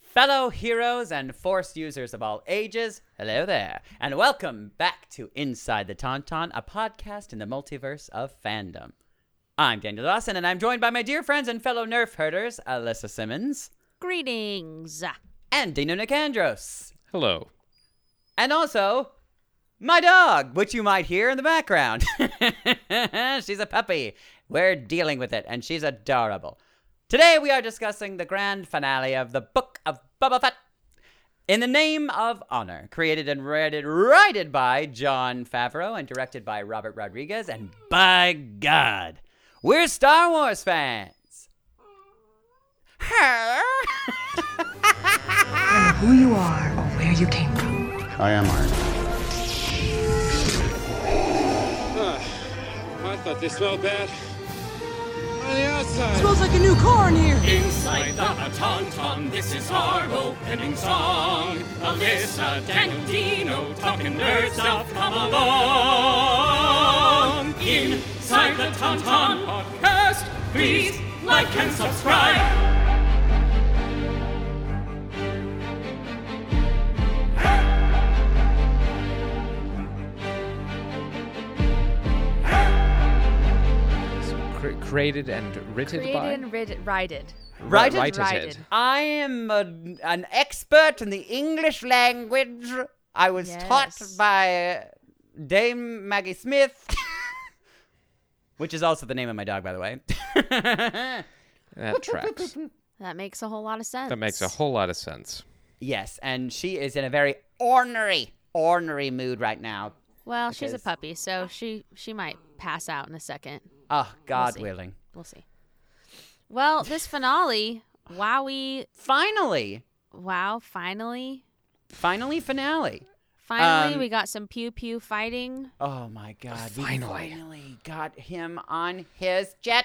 Fellow heroes and force users of all ages, hello there, and welcome back to Inside the Tauntaun, a podcast in the multiverse of fandom. I'm Daniel Dawson, and I'm joined by my dear friends and fellow nerf herders, Alyssa Simmons Greetings. and Dino Nicandros, Hello. and also my dog, which you might hear in the background. she's a puppy. We're dealing with it, and she's adorable. Today we are discussing the grand finale of the Book of Boba Fett. In the Name of Honor, created and written, written by John Favreau and directed by Robert Rodriguez, and by God, we're Star Wars fans. who you are or where you came from. I am Iron Man. I thought they smelled bad. On the outside. Inside the Tauntaun, this is our opening song. Alyssa, Dan, and Dino, talking nerd stuff, come along. Inside the Tauntaun podcast, please like and subscribe. Cre- created and written Created by. and rid- righted. Right, Righted? right, Righted. it. I am a, an expert in the English language. I was taught Yes. by uh, Dame Maggie Smith, which is also the name of my dog, by the way. That tracks. That makes a whole lot of sense. That makes a whole lot of sense. yes, and she is in a very ornery, ornery mood right now. Well, she's a because- puppy, so she she might pass out in a second. Oh, God see. willing. We'll see. Well, this finale, wowie, Finally, wow, finally, finally, finale. finally, Um, we got some pew pew fighting. Oh my God! Finally. we finally got him on his jetpack.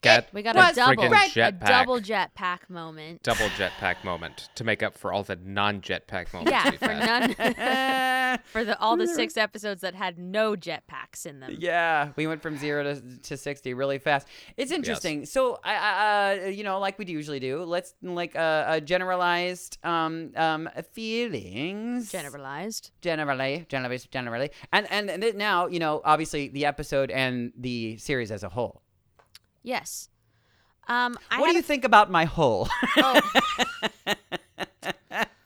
Got We got that a double, friggin' a jetpack. double jetpack moment. double jetpack moment to make up for all the non-jetpack moments. yeah, we've for had. none, Eh. for the all the six episodes that had no jetpacks in them. Yeah, we went from zero to, to sixty really fast. It's interesting. So I, I, uh, you know, like we usually do, let's like uh, uh generalized um um feelings. Generalized. Generally, generally, generally, and and th- now you know, obviously, the episode and the series as a whole. Yes. Um, I what do had you think about my whole? a- oh.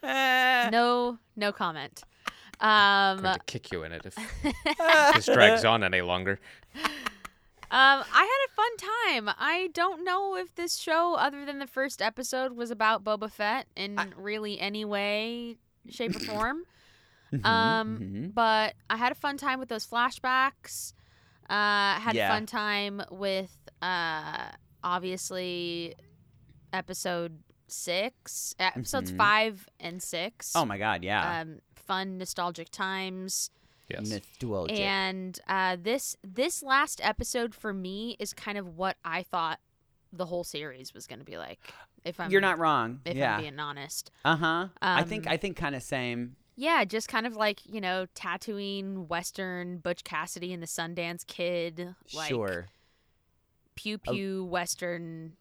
no no comment um, Going to kick you in it if this drags on any longer. um, I had a fun time. I don't know if this show, other than the first episode, was about Boba Fett in really any way, shape, or form. Mm-hmm, um, But I had a fun time with those flashbacks. Uh, had Yeah. a fun time with uh, obviously episode six, episodes Mhm. five and six. oh my god, yeah. um, fun nostalgic times. Yes. Nostalgic. and uh, this this last episode for me is kind of what I thought the whole series was going to be like. If I'm You're not wrong. if yeah. I'm being honest, uh huh. I think Um, I think kind of same. yeah, just kind of like you know Tatooine Western Butch Cassidy and the Sundance Kid, like sure. pew pew Western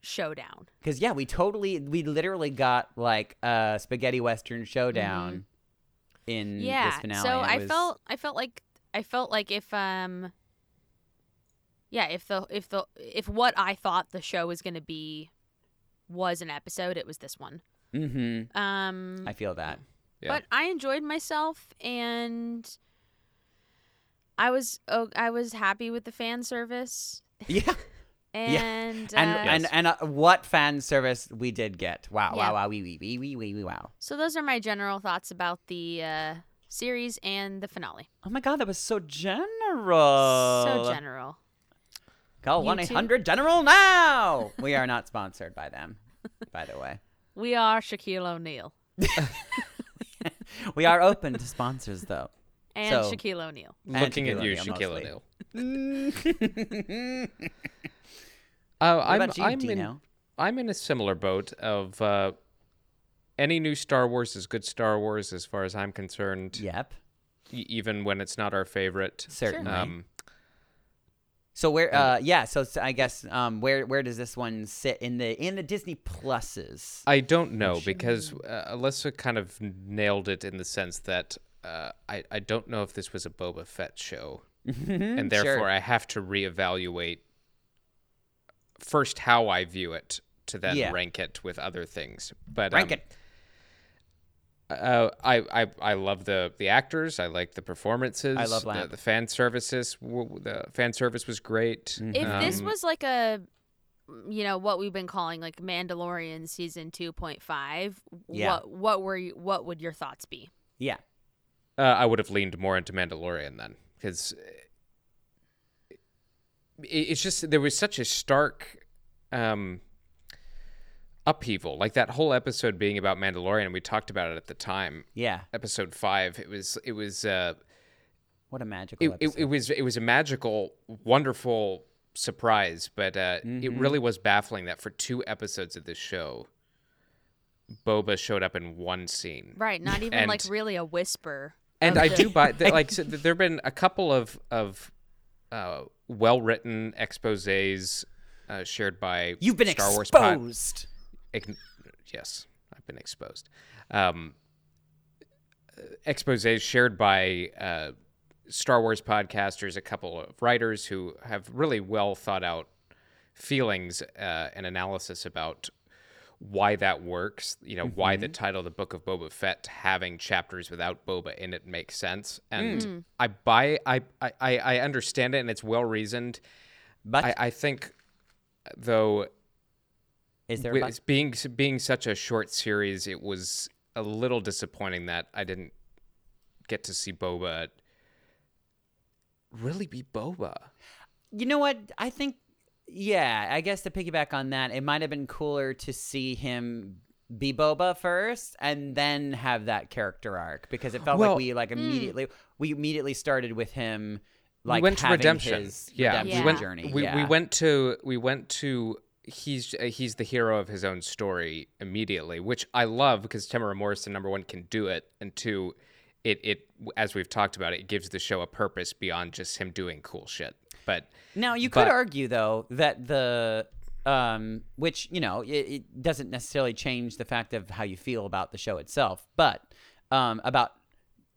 showdown. Because yeah, we totally, we literally got like a spaghetti western showdown in Mm-hmm. yeah, this finale. so It I was- felt I felt like I felt like if um. Yeah, if the if the if what I thought the show was going to be was an episode, it was this one. Mhm. Um, I feel that. Yeah. but I enjoyed myself and I was oh, I was happy with the fan service Yeah, and and uh, and and uh, what fan service we did get! Wow, Yeah. wow, wow, wee wee wee wee wee wee wow! so those are my general thoughts about the uh, series and the finale. Oh my god, that was so general. so general. Call You one too? eight hundred general now. we are not sponsored by them, by the way. We are Shaquille O'Neal We are open to sponsors though. and So- Shaquille O'Neal. Looking Shaquille at you, O'Neal, Shaquille mostly. O'Neal. what Uh, I'm, about you, I'm Dino? in I'm in a similar boat of uh, any new Star Wars is good Star Wars as far as I'm concerned, Yep, e- even when it's not our favorite. certainly. Um, So where? Uh, yeah. So, s I I guess um, where where does this one sit in the in the Disney Pluses? I don't know because uh, Alyssa kind of nailed it in the sense that uh, I I don't know if this was a Boba Fett show, Mm-hmm, Mm, and therefore I have to reevaluate first how I view it to then Yeah. rank it with other things. But Rank um, it. uh, I, I I love the the actors. I like the performances. I love the, Lamp. the fan services. w- w- The fan service was great. Mm-hmm. If this Um, was like a, you know, what we've been calling like Mandalorian season two point five, Yeah. what what were you, what would your thoughts be? Yeah. Uh, I would have leaned more into Mandalorian then, because it's just there was such a stark um, upheaval. Like that whole episode being about Mandalorian, and we talked about it at the time. Yeah. Episode five. It was it was uh, What a magical. it, it, episode. it was it was a magical, wonderful surprise, but uh, it really was baffling that for two episodes of this show, Boba showed up in one scene. Right, not even like And- really a whisper. and of I the- do buy th- like so there have been a couple of of uh, well written exposés uh, shared by You've been Star Wars exposed. pod- ign- yes, I've been exposed. Um, exposés shared by uh, Star Wars podcasters, a couple of writers who have really well thought out feelings uh, and analysis about why that works. You know, why the title of the Book of Boba Fett having chapters without Boba in it makes sense, and I buy, I, I, I I understand it, and it's well reasoned. But I, I think, though, is there a with but? it's being being such a short series, it was a little disappointing that I didn't get to see Boba really be Boba. You know what? I think, yeah, I guess to piggyback on that, it might have been cooler to see him be Boba first and then have that character arc because it felt Well- like we like immediately we immediately started with him like we went to having redemption. his yeah, redemption we went. journey. We, yeah. we went to we went to he's uh, he's the hero of his own story immediately, which I love because Tamara Morrison number one can do it, and two, it it as we've talked about it, it gives the show a purpose beyond just him doing cool shit. But Now you could But- argue though that the um which you know it, it doesn't necessarily change the fact of how you feel about the show itself, but um about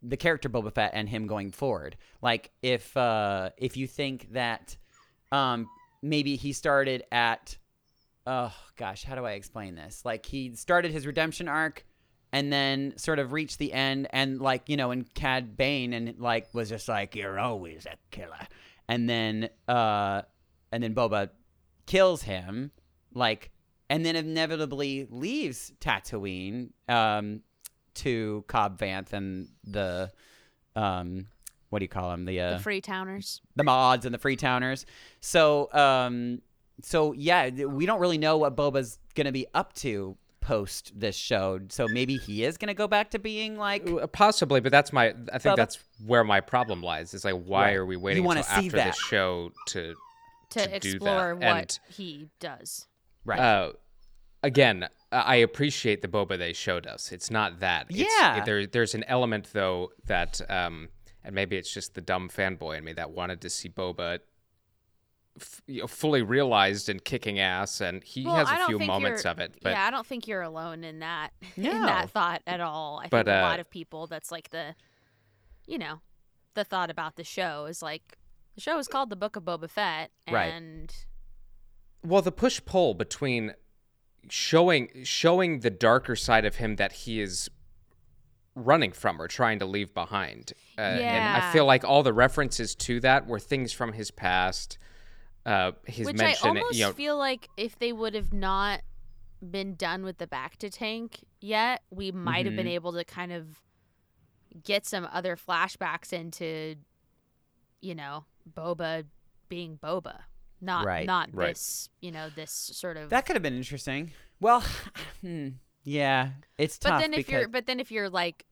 the character Boba Fett and him going forward. Like if uh if you think that um maybe he started at oh gosh, how do I explain this? Like he started his redemption arc and then sort of reached the end and like, you know, and Cad Bane and like was just like, You're always a killer and then uh and then Boba kills him, like and then inevitably leaves Tatooine um to Cobb Vanth and the um what do you call him? The uh The Free Towners. the mods and the Freetowners. So, um, so yeah, th- we don't really know what Boba's gonna be up to post this show. So maybe he is gonna go back to being like. Uh, Possibly, but that's my. I think Bubba? that's where my problem lies. Is like, why Right. are we waiting You until wanna see after that. this show to? to do to that, explore what and- he does. Right. Uh, again, I I appreciate the boba they showed us. It's not that. It's, Yeah. it- there, there's an element though that, um, and maybe it's just the dumb fanboy in me that wanted to see boba. F- you know, fully realized and kicking ass, and he has I a don't few think moments you're- of it. But yeah, I don't think you're alone in that in No. that thought at all. I But, think a uh, lot of people that's like the, you know, the thought about the show is like the show is called the Book of Boba Fett, Right. and Well, the push pull between showing showing the darker side of him that he is running from or trying to leave behind. Uh, And I Yeah. feel like all the references to that were things from his past. Uh, his which I mention, almost you know, feel like if they would have not been done with the back to tank yet, we might have Mm-hmm. been able to kind of get some other flashbacks into, you know, Boba being Boba, not Right, not right. this, you know, this sort of. that could have been interesting. Well, hmm, yeah, it's but tough then if because you're, but then if you're like,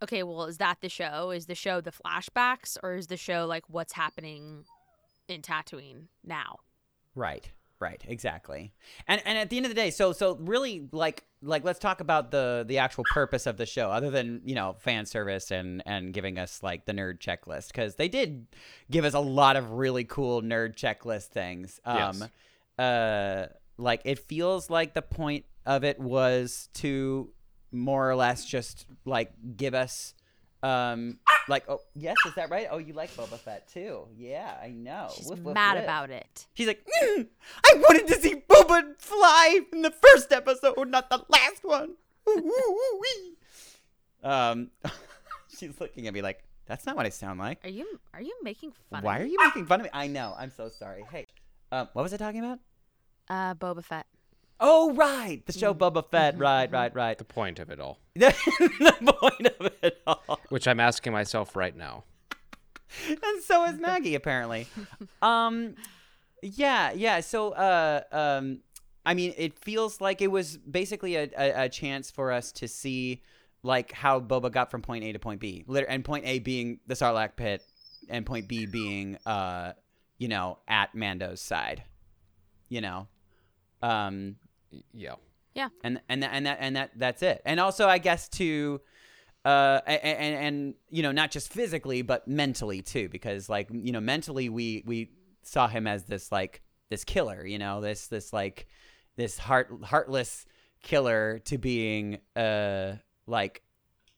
okay, well, is that the show? Is the show the flashbacks, or is the show like what's happening in Tatooine now? right. Right, exactly. And and at the end of the day, so so really like like let's talk about the the actual purpose of the show other than, you know, fan service and and giving us like the nerd checklist cuz they did give us a lot of really cool nerd checklist things. Um Yes. uh like it feels like the point of it was to more or less just like give us um like oh yes is that right oh you like Boba Fett too yeah I know She's Oh, Woof, woof, mad woof. about it. He's like, "Mm, I wanted to see Boba fly in the first episode, not the last one. Ooh, ooh, ooh, wee. Um, she's looking at me like, that's not what I sound like. Are you are you making fun? Why of are me? you making fun of me? I know. I'm so sorry. Hey, um, what was I talking about? Uh, Boba Fett. Oh, right, the Mm. show Boba Mm-hmm, Fett. Right, right, right. The point of it all, The, point of it all. which I'm asking myself right now. and so is Maggie apparently. Um, yeah, yeah. So, uh, um, I mean, it feels like it was basically a, a, a chance for us to see like how Boba got from point A to point B, Liter- and point A being the Sarlacc pit, and point B being, uh, you know, at Mando's side. You know, um, Y- Yeah. and and that, and that and that that's it. And also, I guess to, uh, and, and and you know, not just physically, but mentally too, because like you know, mentally we we saw him as this like this killer, you know, this this like this heart heartless killer to being uh like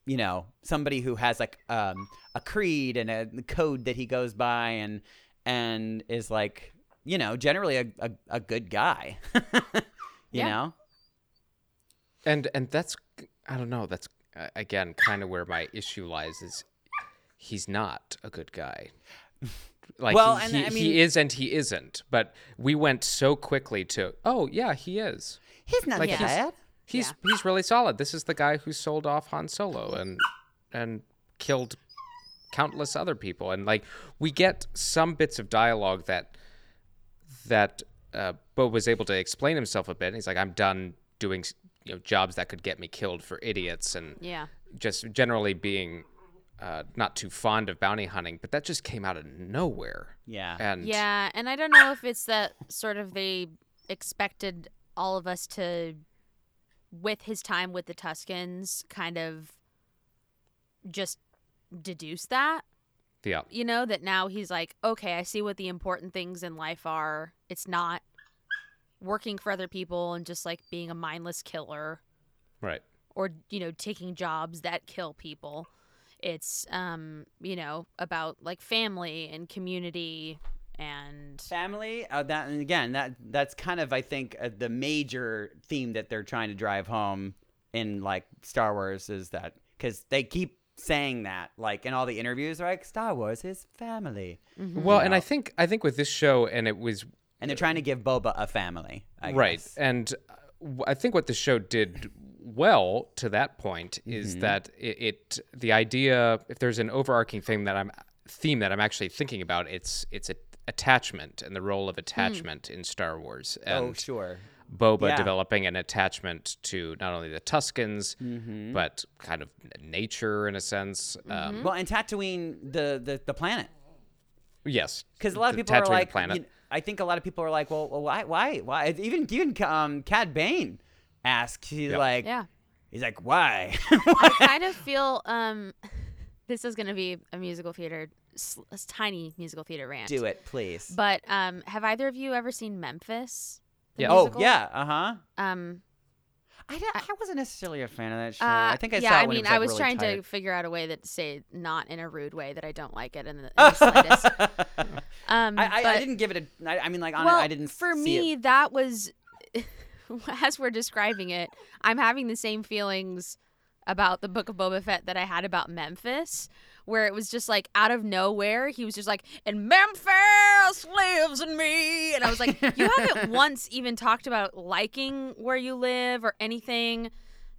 you know somebody who has like um a creed and a code that he goes by and and is like you know generally a a, a good guy you Yeah. know And and that's I don't know. That's uh, again kind of where my issue lies. Is he's not a good guy. Like Well, he, and he, I mean- he is and he isn't. But we went so quickly to oh yeah he is. He's not Like, he's- bad. He's he's really solid. This is the guy who sold off Han Solo and and killed countless other people. And like we get some bits of dialogue that that uh, Bo was able to explain himself a bit. And he's like, I'm done doing you know jobs that could get me killed for idiots and Yeah. just generally being uh, not too fond of bounty hunting. But that just came out of nowhere. Yeah. And Yeah, and I don't know if it's that sort of they expected all of us to, with his time with the Tuscans, kind of just deduce that. yeah. You know, that now he's like, okay, I see what the important things in life are. It's not working for other people and just like being a mindless killer Right. or you know taking jobs that kill people it's um you know about like family and community and Family. Uh, that and again, that that's kind of I think uh, the major theme that they're trying to drive home in like Star Wars is that because they keep saying that like in all the interviews, like Star Wars is family, Mm-hmm. Well, and I think I think with this show, and it was and they're trying to give Boba a family. I right guess. and uh, w- i think what the show did well to that point is Mm-hmm. that it, it the idea if there's an overarching thing that i'm theme that i'm actually thinking about it's it's a, attachment and the role of attachment in star wars and Hmm. Oh sure. boba yeah. developing an attachment to not only the tuscans Mm-hmm. but kind of nature in a sense um, Well, and Tatooine, the the, the planet, yes because a lot of the people are Tatooine like, planet you- I think a lot of people are like, well, well why, why, why? Even even um, Cad Bane asked, he's Yeah. like, yeah he's like, why? i kind of feel um this is going to be a musical theater s- a tiny musical theater rant Do it, please. but um have either of you ever seen memphis the Yeah. Oh musical? yeah, uh huh. um I, don't- I wasn't necessarily a fan of that show. uh, I think I yeah, saw it I when it mean, was, like, I was really trying to tired. figure out a way that to say not in a rude way that I don't like it in the, in the slightest. Um, I, I, but- I didn't give it a. I, I mean, like on well, it, I didn't. For see me, it. that was as we're describing it, I'm having the same feelings about the Book of Boba Fett that I had about Memphis, where it was just like out of nowhere, he was just like, "And Memphis lives in me," and I was like, "You haven't once even talked about liking where you live or anything."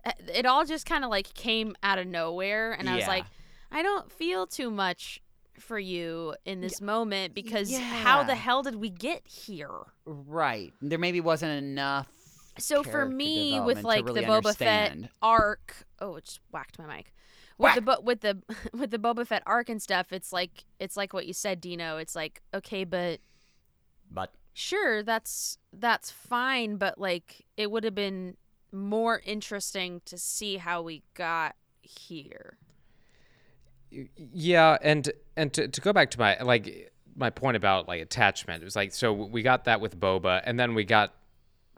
Uh, It all just kind of like came out of nowhere, and I was Yeah. like, "I don't feel too much." For you in this moment because how the yeah. hell did we get here? right. There maybe wasn't enough. So for character me, development with to like really the Boba understand. Fett arc, oh, it just whacked my mic. With the bo- with the with the Boba Fett arc and stuff, it's like it's like what you said, Dino. It's like okay, but But sure that's that's fine but like it would have been more interesting to see how we got here Yeah, and and to, to go back to my like my point about like attachment, it was like so we got that with Boba, and then we got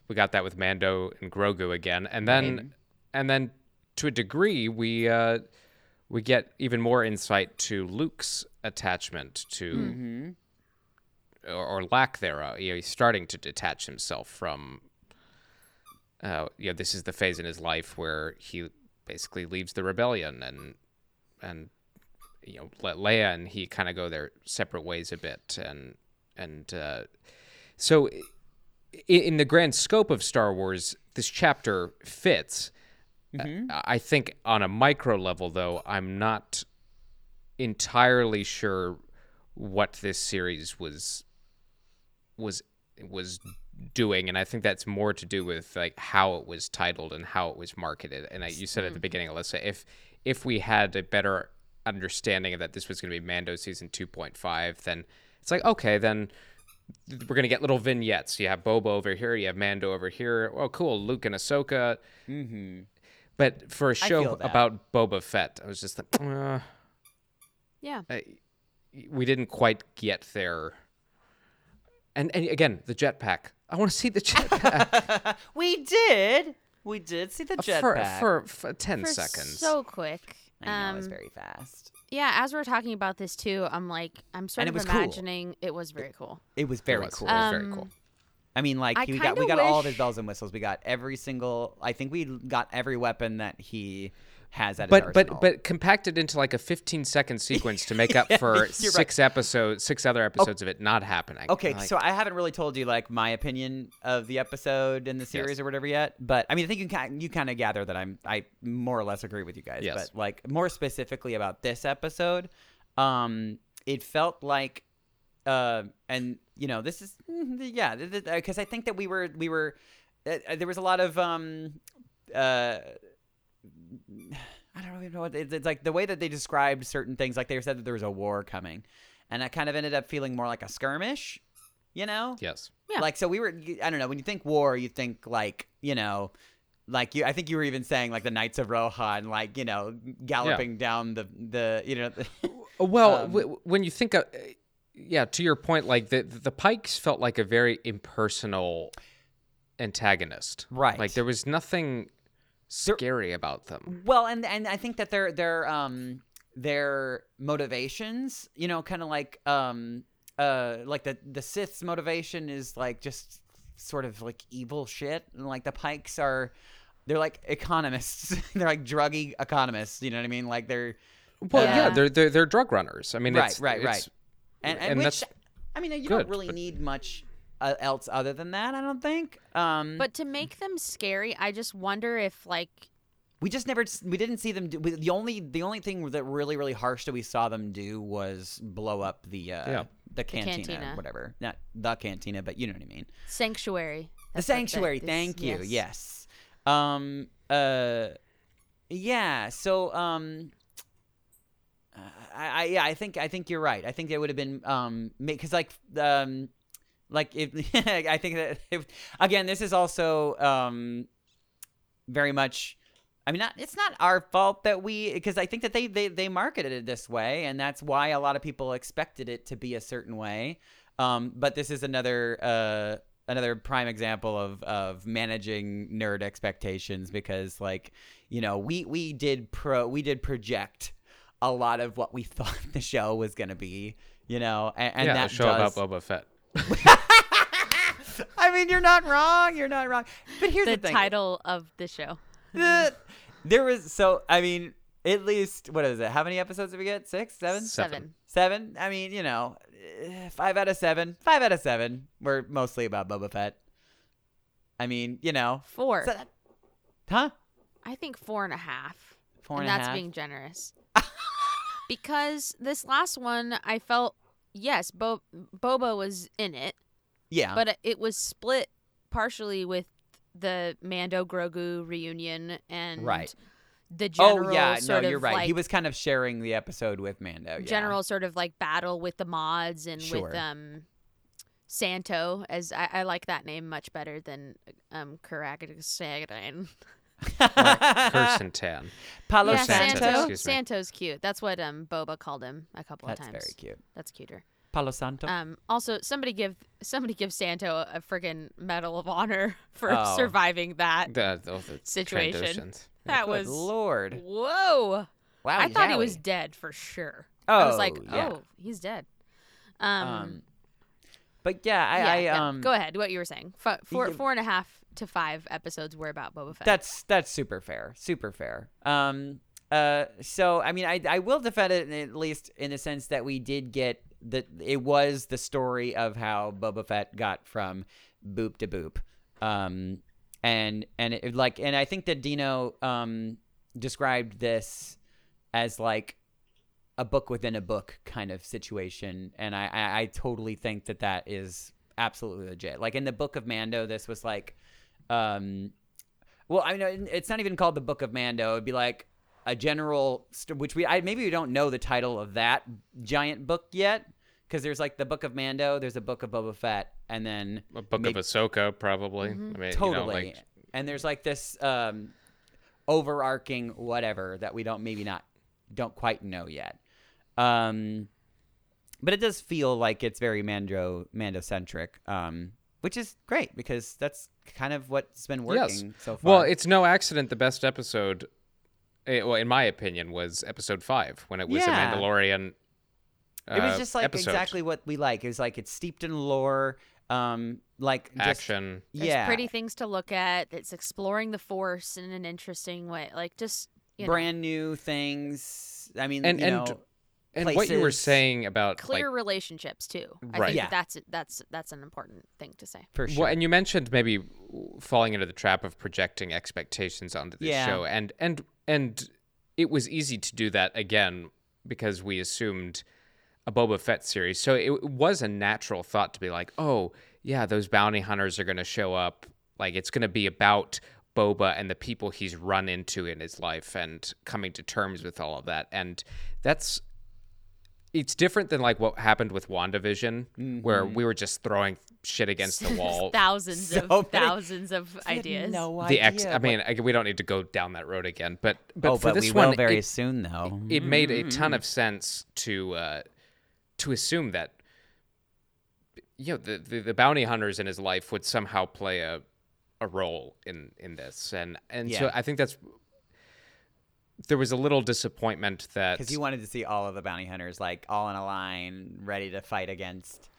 we got that with Mando and Grogu again, and then and then to a degree we uh, we get even more insight to Luke's attachment to Mm-hmm, or, or lack thereof. You know, he's starting to detach himself from. Uh, you know, this is the phase in his life where he basically leaves the rebellion and and you know let Leia and he kind of go their separate ways a bit and and uh, so i- in the grand scope of Star Wars this chapter fits Uh, mm-hmm. I think on a micro level though I'm not entirely sure what this series was was was doing and I think that's more to do with like how it was titled and how it was marketed and I, you said at the beginning Alyssa if if we had a better understanding of that this was going to be Mando season 2.5 then it's like okay then we're going to get little vignettes you have Boba over here you have Mando over here oh cool Luke and Ahsoka mm-hmm. but for a show feel that. about Boba Fett I was just like uh, yeah we didn't quite get there. And and again, the jetpack. I want to see the jetpack We did. We did see the for, jetpack. for for ten Uh, For seconds. so quick I know it was Um, very fast. yeah as we're talking about this too i'm like i'm sort And it of was cool. imagining it was very cool It was It very was- cool. It was very Um, cool. I mean, like I he got we kinda got all of his wish- bells and whistles. We got every single. I think we got every weapon that he has at his But arsenal. but but compacted into like a fifteen second sequence to make up for you're six episodes, six other episodes of it not happening. Okay, Like, so I haven't really told you like my opinion of the episode and the series or whatever yet, but I mean, I think you can you kind of gather that I'm I more or less agree with you guys, Yes. but like more specifically about this episode, um, it felt like, uh, and you know, this is mm-hmm, yeah, because I think that we were we were uh, uh, there was a lot of um, uh. I don't even know what it's, it's like the way that they described certain things. Like they said that there was a war coming, and that kind of ended up feeling more like a skirmish, you know? yes, Yeah. Like so we were I don't know, when you think war, you think like, you know, like you I think you were even saying like the Knights of Rohan like, you know, galloping down the the you know the- Well, Um, w- when you think of, yeah, to your point, like the the Pikes felt like a very impersonal antagonist. Right. Like there was nothing scary about them. Well, and and I think that their their um their motivations, you know, kind of like um uh like the the Sith's motivation is like just sort of like evil shit, and like the Pikes are they're like economists, they're like druggy economists. You know what I mean? Like they're Well, yeah, Yeah. they're they're, they're drug runners. I mean, Right, it's, right, it's- right. and, and, and which that's I mean, you good, don't really but- need much uh, else other than that. I don't think. Um, but to make them scary i just wonder if like we just never we didn't see them do we, the only the only thing that really really harsh that we saw them do was blow up the uh Yeah. the cantina, cantina. whatever not the cantina but you know what i mean sanctuary the That's what sanctuary is- thank you yes. um uh yeah so um uh, I, I yeah i think i think you're right i think it would have been um because like um like if i think that if, again this is also um very much I mean, not, it's not our fault that we, because I think that they, they they marketed it this way, and that's why a lot of people expected it to be a certain way. Um, but this is another uh, another prime example of of managing nerd expectations because, like, you know, we we did pro we did project a lot of what we thought the show was going to be, you know, and, and yeah, that a show does. about Boba Fett. I mean, you're not wrong. You're not wrong. But here's the, the thing. title of the show the, there was so I mean at least what is it? How many episodes did we get? Six, seven, Seven. seven seven. I mean, you know, eh, five out of seven, five out of seven. We're mostly about Boba Fett. I mean, you know, four so that- huh? i think four and a half Four and a that's half. being generous. because this last one, I felt yes, Bo- Boba was in it, yeah, but uh, it was split partially with the Mando Grogu reunion and Right. the general oh yeah, no, sort you're of right. like he was kind of sharing the episode with Mando. Yeah. general sort of like battle with the mods and Sure. with um Santo, as I, I like that name much better than um Karagasagadine. Kirsten Tan. Palo yeah, Santo. Santo. Santo. Excuse me. Santo's cute. That's what um Boba called him a couple That's of times. very cute. Oh. That's cuter. Palo Santo. Um, also, somebody give somebody give Santo a friggin' Medal of Honor for Oh. surviving that. The, the, the Situation. Trandoshans. That Good was Lord. Oh, whoa. Wow. I thought he yowie. was dead for sure. I was like, Oh, yeah. oh, he's dead. Um, Um, but yeah, I, yeah, I no, um. go ahead. What you were saying? F- four, Yeah. four and a half to five episodes were about Boba Fett. That's that's super fair. Super fair. Um uh so I mean I I will defend it at least in the sense that we did get that it was the story of how Boba Fett got from boop to boop. Um and and it, like and I think that Dino um described this as like a book within a book kind of situation and I, I i totally think that that is absolutely legit like in the book of mando this was like um well i mean it's not even called the book of mando it'd be like a general st- which we i maybe we don't know the title of that giant book yet because there's like the book of mando there's a book of boba fett and then A book Make- of Ahsoka, probably. I mean, totally You know, like, and there's like this um overarching whatever that we don't maybe not don't quite know yet um but it does feel like it's very mando mando centric um which is great because that's kind of what's been working so far Well, it's no accident the best episode, eh, well, in my opinion, was episode five when it was Yeah. a Mandalorian. it was uh, just like episode. exactly what we like it was like it's steeped in lore um like just- action. There's yeah pretty things to look at. It's exploring the Force in an interesting way. Like just you know, brand new things i mean And- you and- know And what you were places. saying about clear like, relationships too. I Right. think Yeah. that's that's that's an important thing to say. for sure Well, and you mentioned maybe falling into the trap of projecting expectations onto the Yeah. show, and and and it was easy to do that again because we assumed a Boba Fett series, so it was a natural thought to be like, oh yeah, those bounty hunters are going to show up, like it's going to be about Boba and the people he's run into in his life and coming to terms with all of that, and that's it's different than like what happened with WandaVision, where Mm-hmm. we were just throwing shit against the wall. thousands of So many- thousands of I had ideas. no the ex. idea I what- mean, I, we don't need to go down that road again. But but oh for but this we one, will very Mm. it, soon though it made a ton of sense to uh, to assume that you know the, the the bounty hunters in his life would somehow play a a role in in this, and and so Yeah. I think that's there was a little disappointment that because Mm-hmm. you wanted to see all of the bounty hunters like all in a line ready to fight against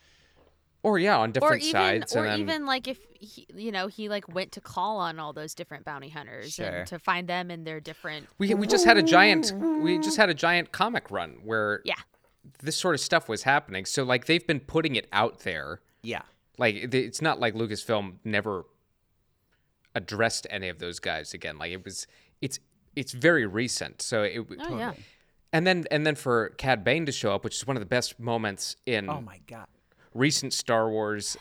or yeah on different or even sides, or and then, even like if he, you know he like went to call on all those different bounty hunters Sure. and to find them in their different we we just had a giant we just had a giant comic run where yeah this sort of stuff was happening. So like they've been putting it out there. yeah Like it- it's not like Lucasfilm never addressed any of those guys again. Like it was it's it's very recent. So it oh yeah and then and then for Cad Bane to show up, which is one of the best moments in oh my god recent Star Wars.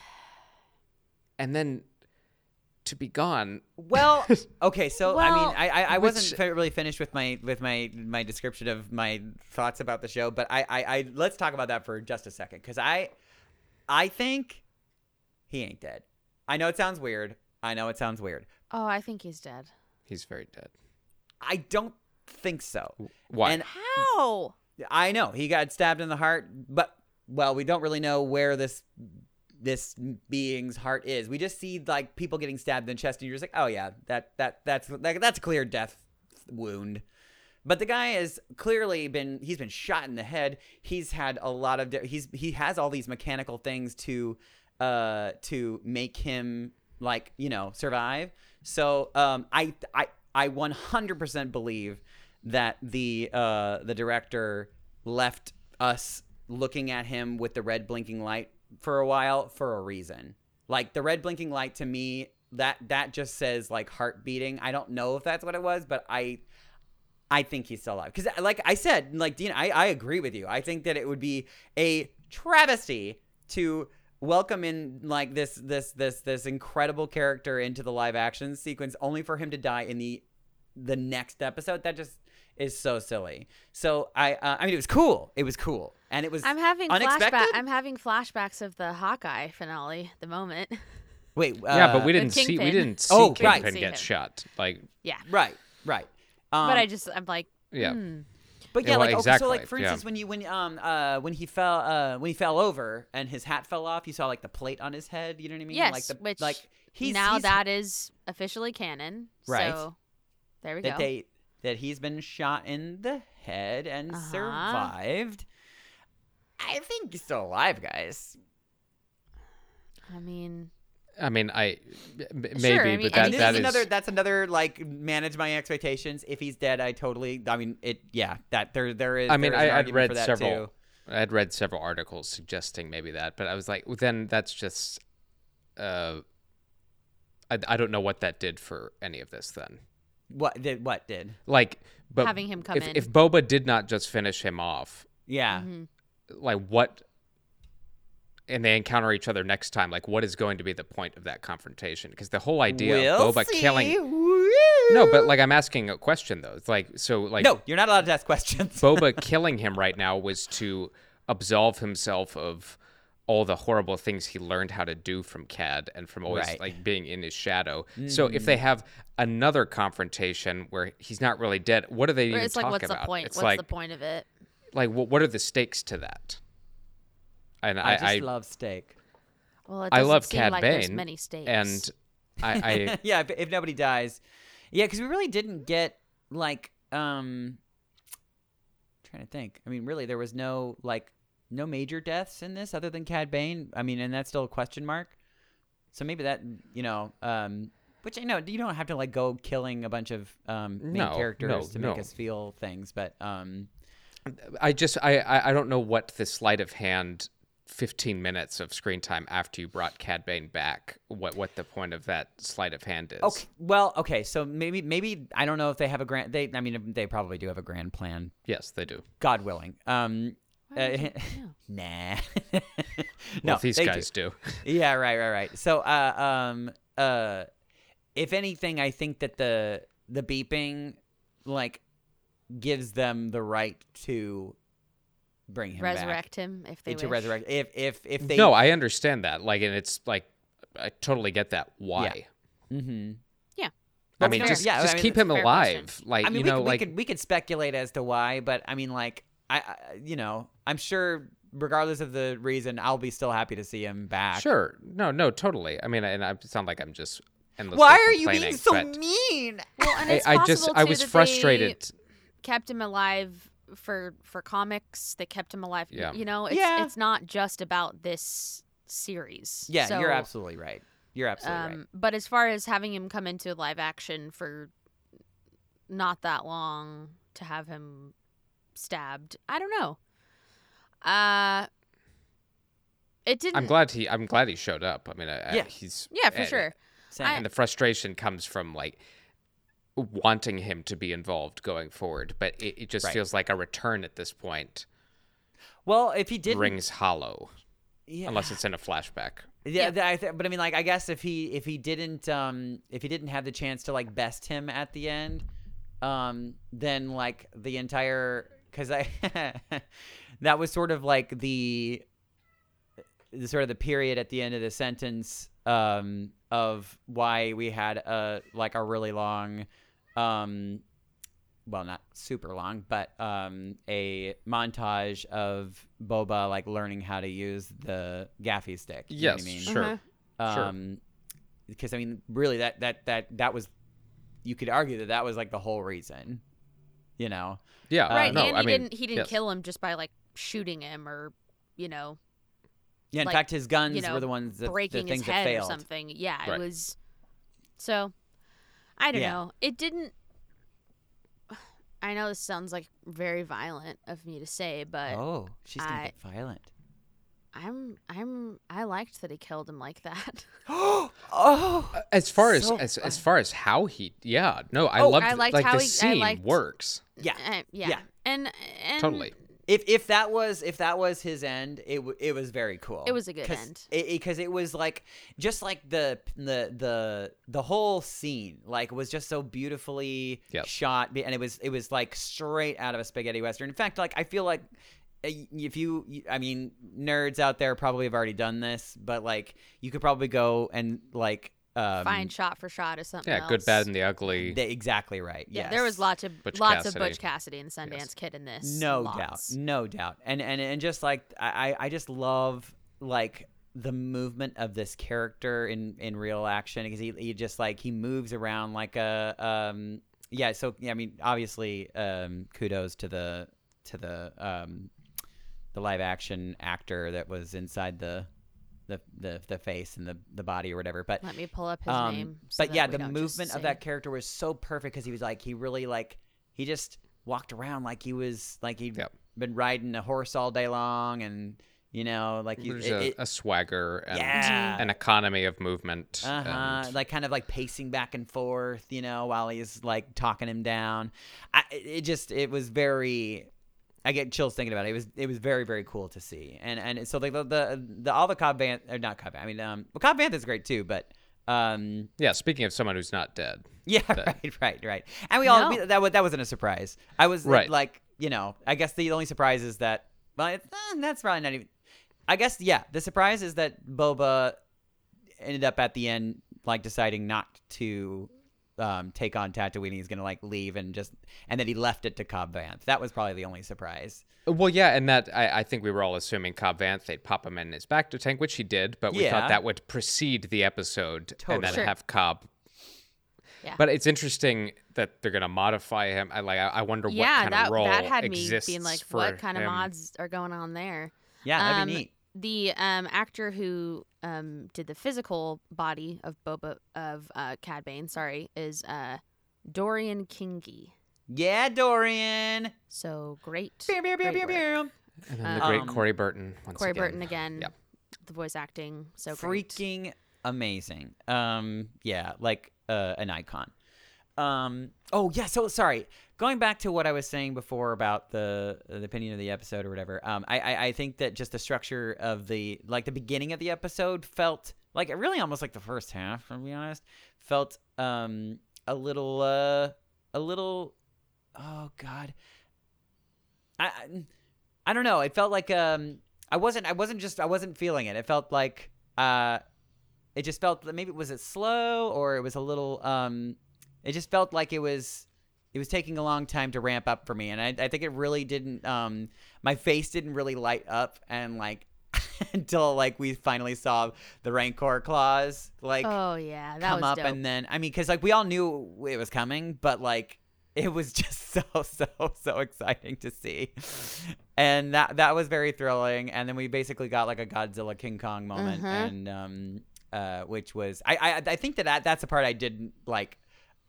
And then to be gone. well okay so i Well- mean i i, I Which- wasn't fi- really finished with my with my my description of my thoughts about the show but i i, I let's talk about that for just a second because i i think he ain't dead i know it sounds weird i know it sounds weird oh I think he's dead He's very dead. i don't think so Why? and how I know he got stabbed in the heart, but well, we don't really know where this this being's heart is. We just see like people getting stabbed in the chest, and you're just like, oh yeah, that that that's that, that's a clear death wound. But the guy has clearly been he's been shot in the head. He's had a lot of di- he's he has all these mechanical things to uh to make him like, you know, survive. So, um I I I 100% believe that the uh the director left us looking at him with the red blinking light for a while for a reason. Like the red blinking light to me that that just says like heart beating. I don't know if that's what it was, but I I think he's still alive. Because, like I said, like Dean, I, I agree with you. I think that it would be a travesty to welcome in like this this this this incredible character into the live action sequence, only for him to die in the the next episode. That just is so silly. So I uh, I mean, it was cool. It was cool. and it was I'm having unexpected. flashback. I'm having flashbacks of the Hawkeye finale. The moment. Wait, uh, yeah, but we didn't With see we Kingpin. didn't see Oh, Kingpin right. See get him. shot. Like yeah. right, right. Um, but I just I'm like hmm, yeah. Mm. But Yeah, yeah, well, like okay, so like exactly, for yeah. instance, when you when um uh when he fell uh when he fell over and his hat fell off, you saw like the plate on his head. You know what I mean? yes, like the, which like he's now he's- that is officially canon. Right. So there we go. that they that he's been shot in the head and Uh-huh. survived. I think he's still alive, guys. I mean, I mean, I m- maybe, Sure, I mean, I but that And mean, this that is is another that's another like manage my expectations. If he's dead, I totally I mean it yeah, that there there is I mean, there is an I, I'd argument for read that several. too. I'd read several articles suggesting maybe that, but I was like, well, then that's just, uh, I, I don't know what that did for any of this. Then, What did what did? like, but Having him come if, in. if Boba did not just finish him off, Yeah. mhm. like what, and they encounter each other next time, like what is going to be the point of that confrontation? Because the whole idea We'll of Boba see. killing, Woo! no, but like I'm asking a question though. It's like so, like No, you're not allowed to ask questions. Boba killing him right now was to absolve himself of all the horrible things he learned how to do from Cad and from always Right. like being in his shadow. So if Mm. they have another confrontation where he's not really dead, what are they Or even it's like, talk what's about? the point? It's what's like the point of it? like wh- what are the stakes to that? And I I just I, love steak. Well, it I doesn't love seem Cad like there's Bane many states. and I, I yeah, if, if nobody dies. Yeah, because we really didn't get like um trying to think. I mean, really there was no like no major deaths in this other than Cad Bane. I mean, and that's still a question mark. So maybe that you know, um which I know you don't have to like go killing a bunch of um main No, no, characters to make no. us feel things, but um I just I, I I don't know what the sleight of hand 15 minutes of screen time after you brought Cad Bane back what what the point of that sleight of hand is. Okay. Well, okay. So maybe, maybe I don't know if they have a grand. They, I mean, they probably do have a grand plan. Yes, they do. God willing. Um, Why would uh, you- nah. Well, these they do. guys do. Yeah. Right. Right. Right. So, uh, um, uh, if anything, I think that the the beeping, like, gives them the right to bring him resurrect him if they back. to wish. resurrect. If if if they no, I understand that. Like, and it's like I totally get that. Why? Mm-hmm. I Well, mean, fair. just Yeah, I just mean, keep that's him a fair alive. Like, I mean, you we, know, could, like we could we could speculate as to why, but I mean, like I, I you know, I'm sure regardless of the reason, I'll be still happy to see him back. sure. No, no, totally. I mean, and I sound like I'm just endlessly Why are you being complaining, so but mean? Well, and I, it's I just possible, I too, was that they frustrated. Kept him alive for for comics. They kept him alive. Yeah. You know, it's Yeah. it's not just about this series. Yeah, So, um, you're absolutely right. You're absolutely right. But as far as having him come into live action for not that long to have him stabbed, I don't know. Uh, it didn't. I'm glad he I'm glad he showed up. I mean, I, Mm. Yeah. I, he's Yeah, for and- sure. Same. I- and the frustration comes from like wanting him to be involved going forward but it, it just Right. feels like a return at this point well, if he didn't, rings hollow yeah, unless it's in a flashback yeah, th- I th- but I mean, like, I guess if he if he didn't um if he didn't have the chance to like best him at the end, um, then like the entire because I that was sort of like the the sort of the period at the end of the sentence um, of why we had a like a really long, um, well, not super long, but um, a montage of Boba like learning how to use the gaffy stick. You know what yes I mean? sure Uh-huh. Sure. um because i mean really that that that that was you could argue that that was like the whole reason you know yeah Uh, right, no, and I he mean, didn't. He didn't yes. kill him just by like shooting him or, you know, yeah in Like, fact his guns you know, were the ones that breaking the things his head that failed or something. Yeah, Right. it was. So, I don't Yeah. know. It didn't. I know this sounds like very violent of me to say, but oh she's gonna I- get violent I'm I'm I liked that he killed him like that. oh Uh, as far as So- as, as far as how he yeah no i Oh, loved I liked like how the he- I scene liked- works yeah I- yeah. Yeah. And, and totally if if that was if that was his end it w- it was very cool It was a good Cause end. because it, was like just like the the the the whole scene like was just so beautifully Yep. shot and it was it was like straight out of a spaghetti western in fact like i feel like if you you- i mean nerds out there probably have already done this but like you could probably go and like um, Fine shot for shot or something. Yeah, else. good, bad, and the ugly. they- exactly right Yeah, yes. there was lots of Butch lots of Cassidy. Butch Cassidy and Sundance Yes. Kid in this. no Lots. doubt no doubt and and and just like i I- i just love like the movement of this character in in real action because he, he just like he moves around like a um yeah so yeah, i mean obviously um kudos to the to the um the live action actor that was inside the the the, the face and the the body or whatever but Let me pull up his um, name. so but that yeah, we the don't just movement say of that character was so perfect because he was like he really like he just walked around like he was like he had Yep. been riding a horse all day long and you know like you, There's it- a, it- a swagger and yeah an economy of movement. uh-huh. and- like kind of like pacing back and forth you know while he's like talking him down I, it it just it was very i get chills thinking about it it was it was very very cool to see and and so like the the, the all the cobb van or not cobb Vanth, i mean um well cobb Vanth is great too but um yeah, speaking of someone who's not dead. Yeah, right, right, right. And we all No. we, that wa- that wasn't a surprise. I was Right. like, you know, I guess the only surprise is that. Well, it, eh, that's probably not even. I guess yeah. The surprise is that Boba ended up at the end like deciding not to um, take on Tatooine. He's gonna like leave and just and then he left it to Cobb Vanth. That was probably the only surprise. Well, yeah, and that I, I think we were all assuming Cobb Vanth they'd pop him in his back to tank, which he did, but we Yeah. thought that would precede the episode and then Totally. Sure. have Cobb. Yeah. But it's interesting that they're gonna modify him. I like. I- I wonder what yeah, kind that of role that had me exists being like, for what kind him. of mods are going on there? Yeah, that'd be Um, neat. The um, actor who um, did the physical body of Boba of uh, Cad Bane, sorry, is uh, Dorian Kingy. Yeah, Dorian. So great. Pew, pew, pew, great pew, work. pew. And then the great Um, Corey Burton. Once Corey again. Burton again. Yep. The voice acting so great. freaking amazing. Um, yeah, like uh, an icon. Um, oh yeah. So sorry. Going back to what I was saying before about the the opinion of the episode or whatever. Um, I I, I think that just the structure of the like the beginning of the episode felt like it really almost like the first half. To be honest, felt um a little uh a little oh god I, I I don't know. It felt like um I wasn't I wasn't just I wasn't feeling it. It felt like uh it just felt maybe was it slow or it was a little um it just felt like it was it was taking a long time to ramp up for me and I, I think it really didn't um my face didn't really light up and like until like we finally saw the rancor claws like Oh yeah, that come was up dope. and then I mean because like we all knew it was coming, but like it was just so so so exciting to see, and that that was very thrilling. And then we basically got like a Godzilla King Kong moment, Mhm. and um, uh, which was I I I think that, that that's the part I didn't like.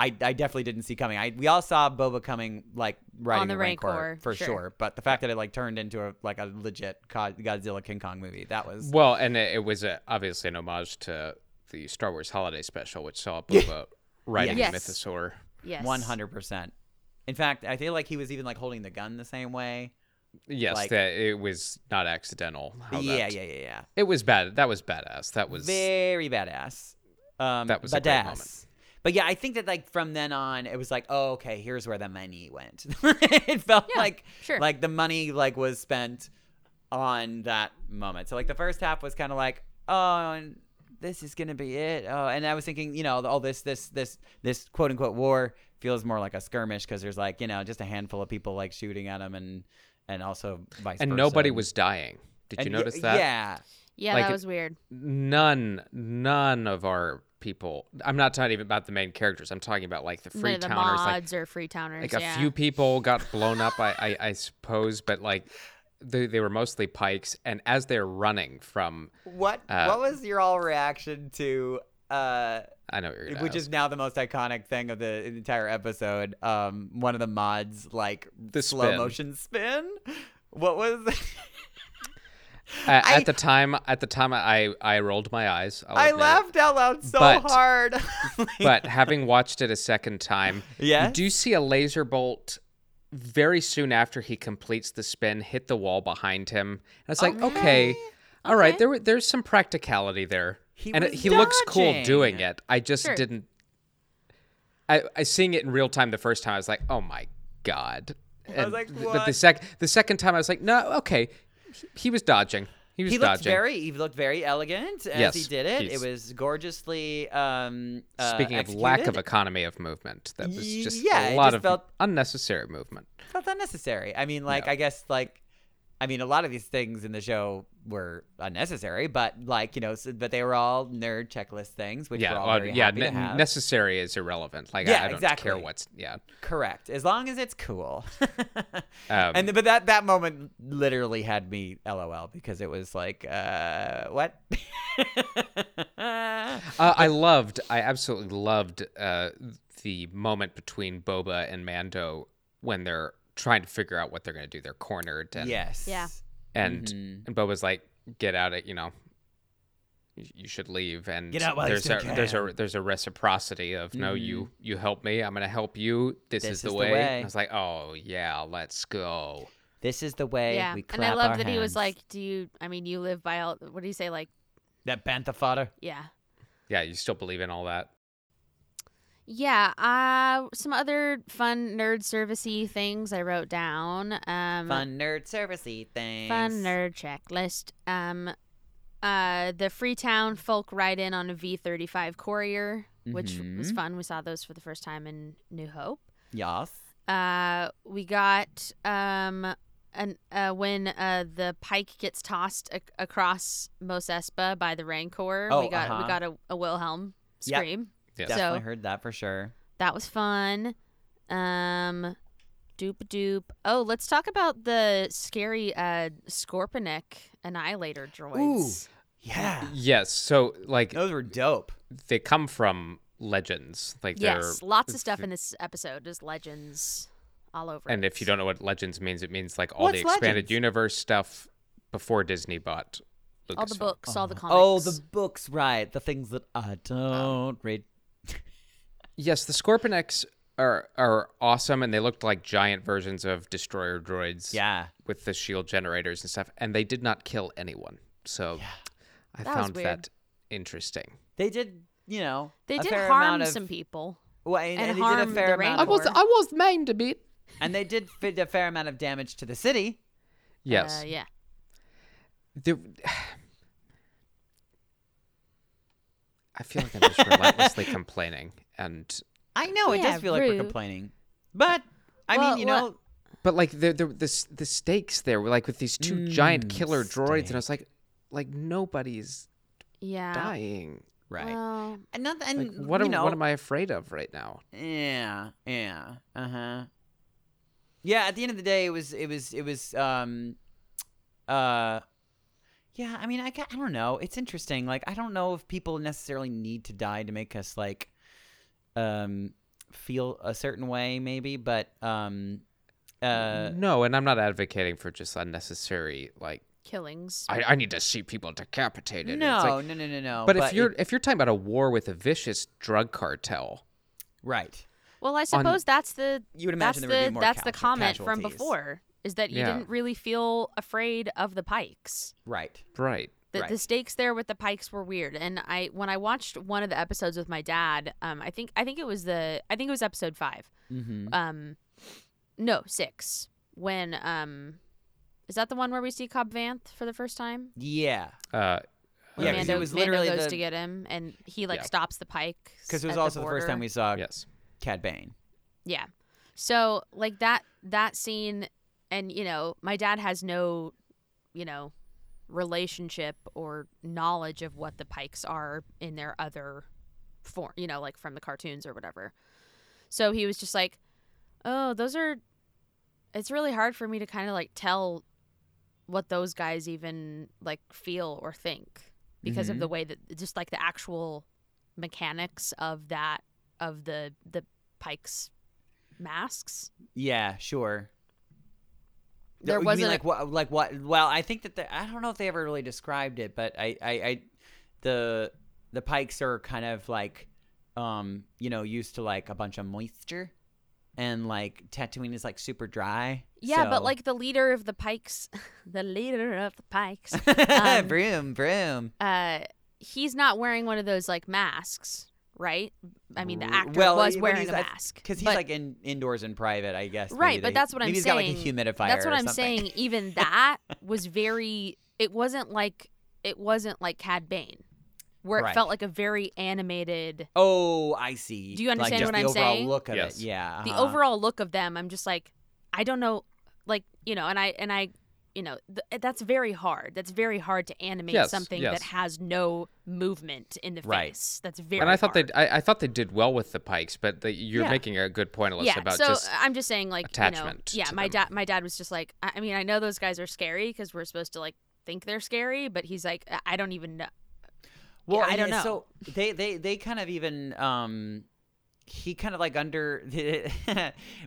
I, I definitely didn't see coming. I we all saw Boba coming like riding On the Rancor, Rancor, for sure. sure, but the fact that it like turned into a like a legit Co- Godzilla King Kong movie that was Well, and it, it was a, obviously an homage to the Star Wars Holiday Special, which saw Boba riding Yes. a mythosaur. yes. One hundred percent. In fact, I feel like he was even like holding the gun the same way. Yes, Like- that it was not accidental. how yeah, that- yeah, yeah, yeah. It was bad. That was badass. That was Very badass. Um, That was badass. a great moment. But yeah, I think that like from then on, it was like, oh, okay, here's where the money went. it felt Yeah, like sure. like the money like was spent on that moment. So like the first half was kind of like, oh, and this is gonna be it. Oh, and I was thinking, you know, all this this this this quote unquote war feels more like a skirmish because there's like you know just a handful of people like shooting at him and and also vice and versa. nobody was dying. Did you And y- notice that? Yeah. Yeah, Like that it- was weird. None, none of our people. I'm not talking even about the main characters. I'm talking about like the Like the Freetowners. Like, mods or free towners. like a yeah. few people got blown up. I, I, I suppose, but like they, they were mostly pikes. And as they're running from, What Uh, What was your all reaction to? uh I know what you're gonna which ask. is now the most iconic thing of the entire episode. Um, one of the mods like The slow spin. motion spin. What was? Uh, at I- the time. At the time, I I rolled my eyes. I'll I admit it. laughed out loud so But- hard. but having watched it a second time, Yes? you do see a laser bolt very soon after he completes the spin hit the wall behind him. And it's like, okay, all right, Okay. there were there's some practicality there, He and was he looks cool dodging. doing it. I just Sure. didn't. I, I seeing it in real time the first time, I was like, oh my god, I was like, The, "What?" sec- the second time, I was like, no, okay. He, he was dodging. He was He looked dodging. very he looked very elegant as Yes, he did it. he's- It was gorgeously um uh, Speaking of lack of executed. economy of movement, that was Ye- just yeah, a it lot just of felt- unnecessary movement. felt unnecessary. I mean, like, No. I guess, like, I mean, a lot of these things in the show were unnecessary, but like, you know, so, but they were all nerd checklist things, which yeah, we're all well, very yeah. happy to ne- have. necessary is irrelevant. Like I- Yeah, I, don't care exactly. what's yeah. Correct, as long as it's cool. Um, and but that that moment literally had me lol because it was like, uh, what? Uh, I loved, I absolutely loved uh, the moment between Boba and Mando when they're trying to figure out what they're going to do. They're cornered, and yes. Yeah. and Mhm. and Boba's like, "Get out of you know, y- you should leave." And Get out while you there's still a there's a can. Mm-hmm. there's a reciprocity of no, you you help me, I'm going to help you. This, is, the, way. And I was like, "Oh yeah, let's go." This is the way yeah. we clap And I our love that he was hands. like, "Do you? I mean, you live by all. What do you say? Like, that bantha fodder. yeah, Yeah, you still believe in all that? yeah." Uh, some other fun nerd servicey things I wrote down. Um, Fun nerd servicey things. fun nerd checklist. Um, uh, the Freetown folk ride in on a V thirty five courier, which was Mhm. fun. We saw those for the first time in New Hope. Yes. Uh, we got um, an uh, when uh the pike gets tossed ac- across Mos Espa by the Rancor. Oh, we got uh-huh. we got a, a Wilhelm Yep. scream. Yes. So- Definitely heard that for sure. That was fun. Um, doop doop. Oh, let's talk about the scary uh Scorpionek annihilator droids. Yeah. Yes. So like Those were dope. they come from legends, like they're yes, lots of stuff in this episode. Just legends all over. And it. if you don't know what Legends means, it means like all the What's expanded Legends? universe stuff before Disney bought Lucasfilm. all the books, all uh-huh. the comics. Oh, the books, right. The things that I don't Um, read. Yes, the Scorpionex are are awesome, and they looked like giant versions of destroyer droids. Yeah. with the shield generators and stuff, and they did not kill anyone. So I That was found weird. that interesting. They did, you know. they a did fair harm amount of, some people. Uh, Well, and, and and they did harm a fair the amount. Of, Rancor. I was mean to be. and they did fit a fair amount of damage to the city. Yes. Uh, yeah. The- I feel like I'm just relentlessly complaining, and I know. it Yeah, does feel like we're rude. complaining, but I Well, mean, you well- know, But like the the the, s- the stakes there were like with these two giant killer droids, and I was like, like nobody's Yeah. dying. right? Well, and not, and Like what you am know, what am I afraid of right now? Yeah, yeah, uh huh. Yeah, at the end of the day, it was, it was, it was, um, uh, yeah. I mean, I, ca- I don't know. It's interesting. Like, I don't know if people necessarily need to die to make us like, um, feel a certain way, maybe. But, um, uh, no, and I'm not advocating for just unnecessary like killings. I, I need to see people decapitated. no, It's like- no, no, no, no. but, if it- you're if you're talking about a war with a vicious drug cartel, right, Well, I suppose that's the you would imagine there that's would the be more that's the casual- comment from casualties. before is that you Yeah. didn't really feel afraid of the pikes. right? right? the, the Right. stakes there with the pikes were weird and i when i watched one of the episodes with my dad um i think i think it was the i think it was episode five Mm-hmm. um no six when um is that the one where we see cobb vanth for the first time Yeah, Uh, When Yeah, 'cause it Mando, was Mando literally goes the- to get him and he like Yeah. stops the pike because it was also the, first time we saw yes, Cad Bane. Yeah. So like that that scene and you know, my dad has no, you know, relationship or knowledge of what the pikes are in their other form, you know, like from the cartoons or whatever. So he was just like, "Oh, those are it's really hard for me to kind of like tell what those guys even like feel or think because of the way that just like the actual mechanics of that of the the pikes masks. Yeah, sure. There No, you wasn't mean a- like what like what well I think that the, I don't know if they ever really described it but I, I I the the pikes are kind of like um you know used to like a bunch of moisture and like Tatooine is like super dry Yeah, so- but like the leader of the Pikes, the leader of the Pikes, um, broom broom uh, he's not wearing one of those like masks, right? I mean, the R- actor well, was he- but wearing he's- a I- mask Because he's but- like in indoors and private, I guess. right, maybe but they- that's what I'm maybe saying. He's got like a humidifier. That's what or I'm something. saying. Even that was very. It wasn't like it wasn't like Cad Bane, where it Right. felt like a very animated. Oh, I see. Do you Like, understand just what the I'm overall saying? Look of Yes. it. Yeah. The uh-huh. overall look of them, I'm just like, I don't know, like you know, and I and I, you know, th- eh, that's very hard. That's very hard to animate Yes, something yes. that has no movement in the Right. face. That's very. and I thought hard. they, I, I thought they did well with the pikes, but the, you're Yeah. uh, making a good point, Alyssa, yeah, about so uh, just I'm just saying, like, attachment you know, yeah, to my them. dad, my dad was just like, I I mean, I know those guys are scary because we're supposed to like think they're scary, but he's like, I- I don't even know. Well, Yeah, I don't know. So they they they kind of even um he kind of like under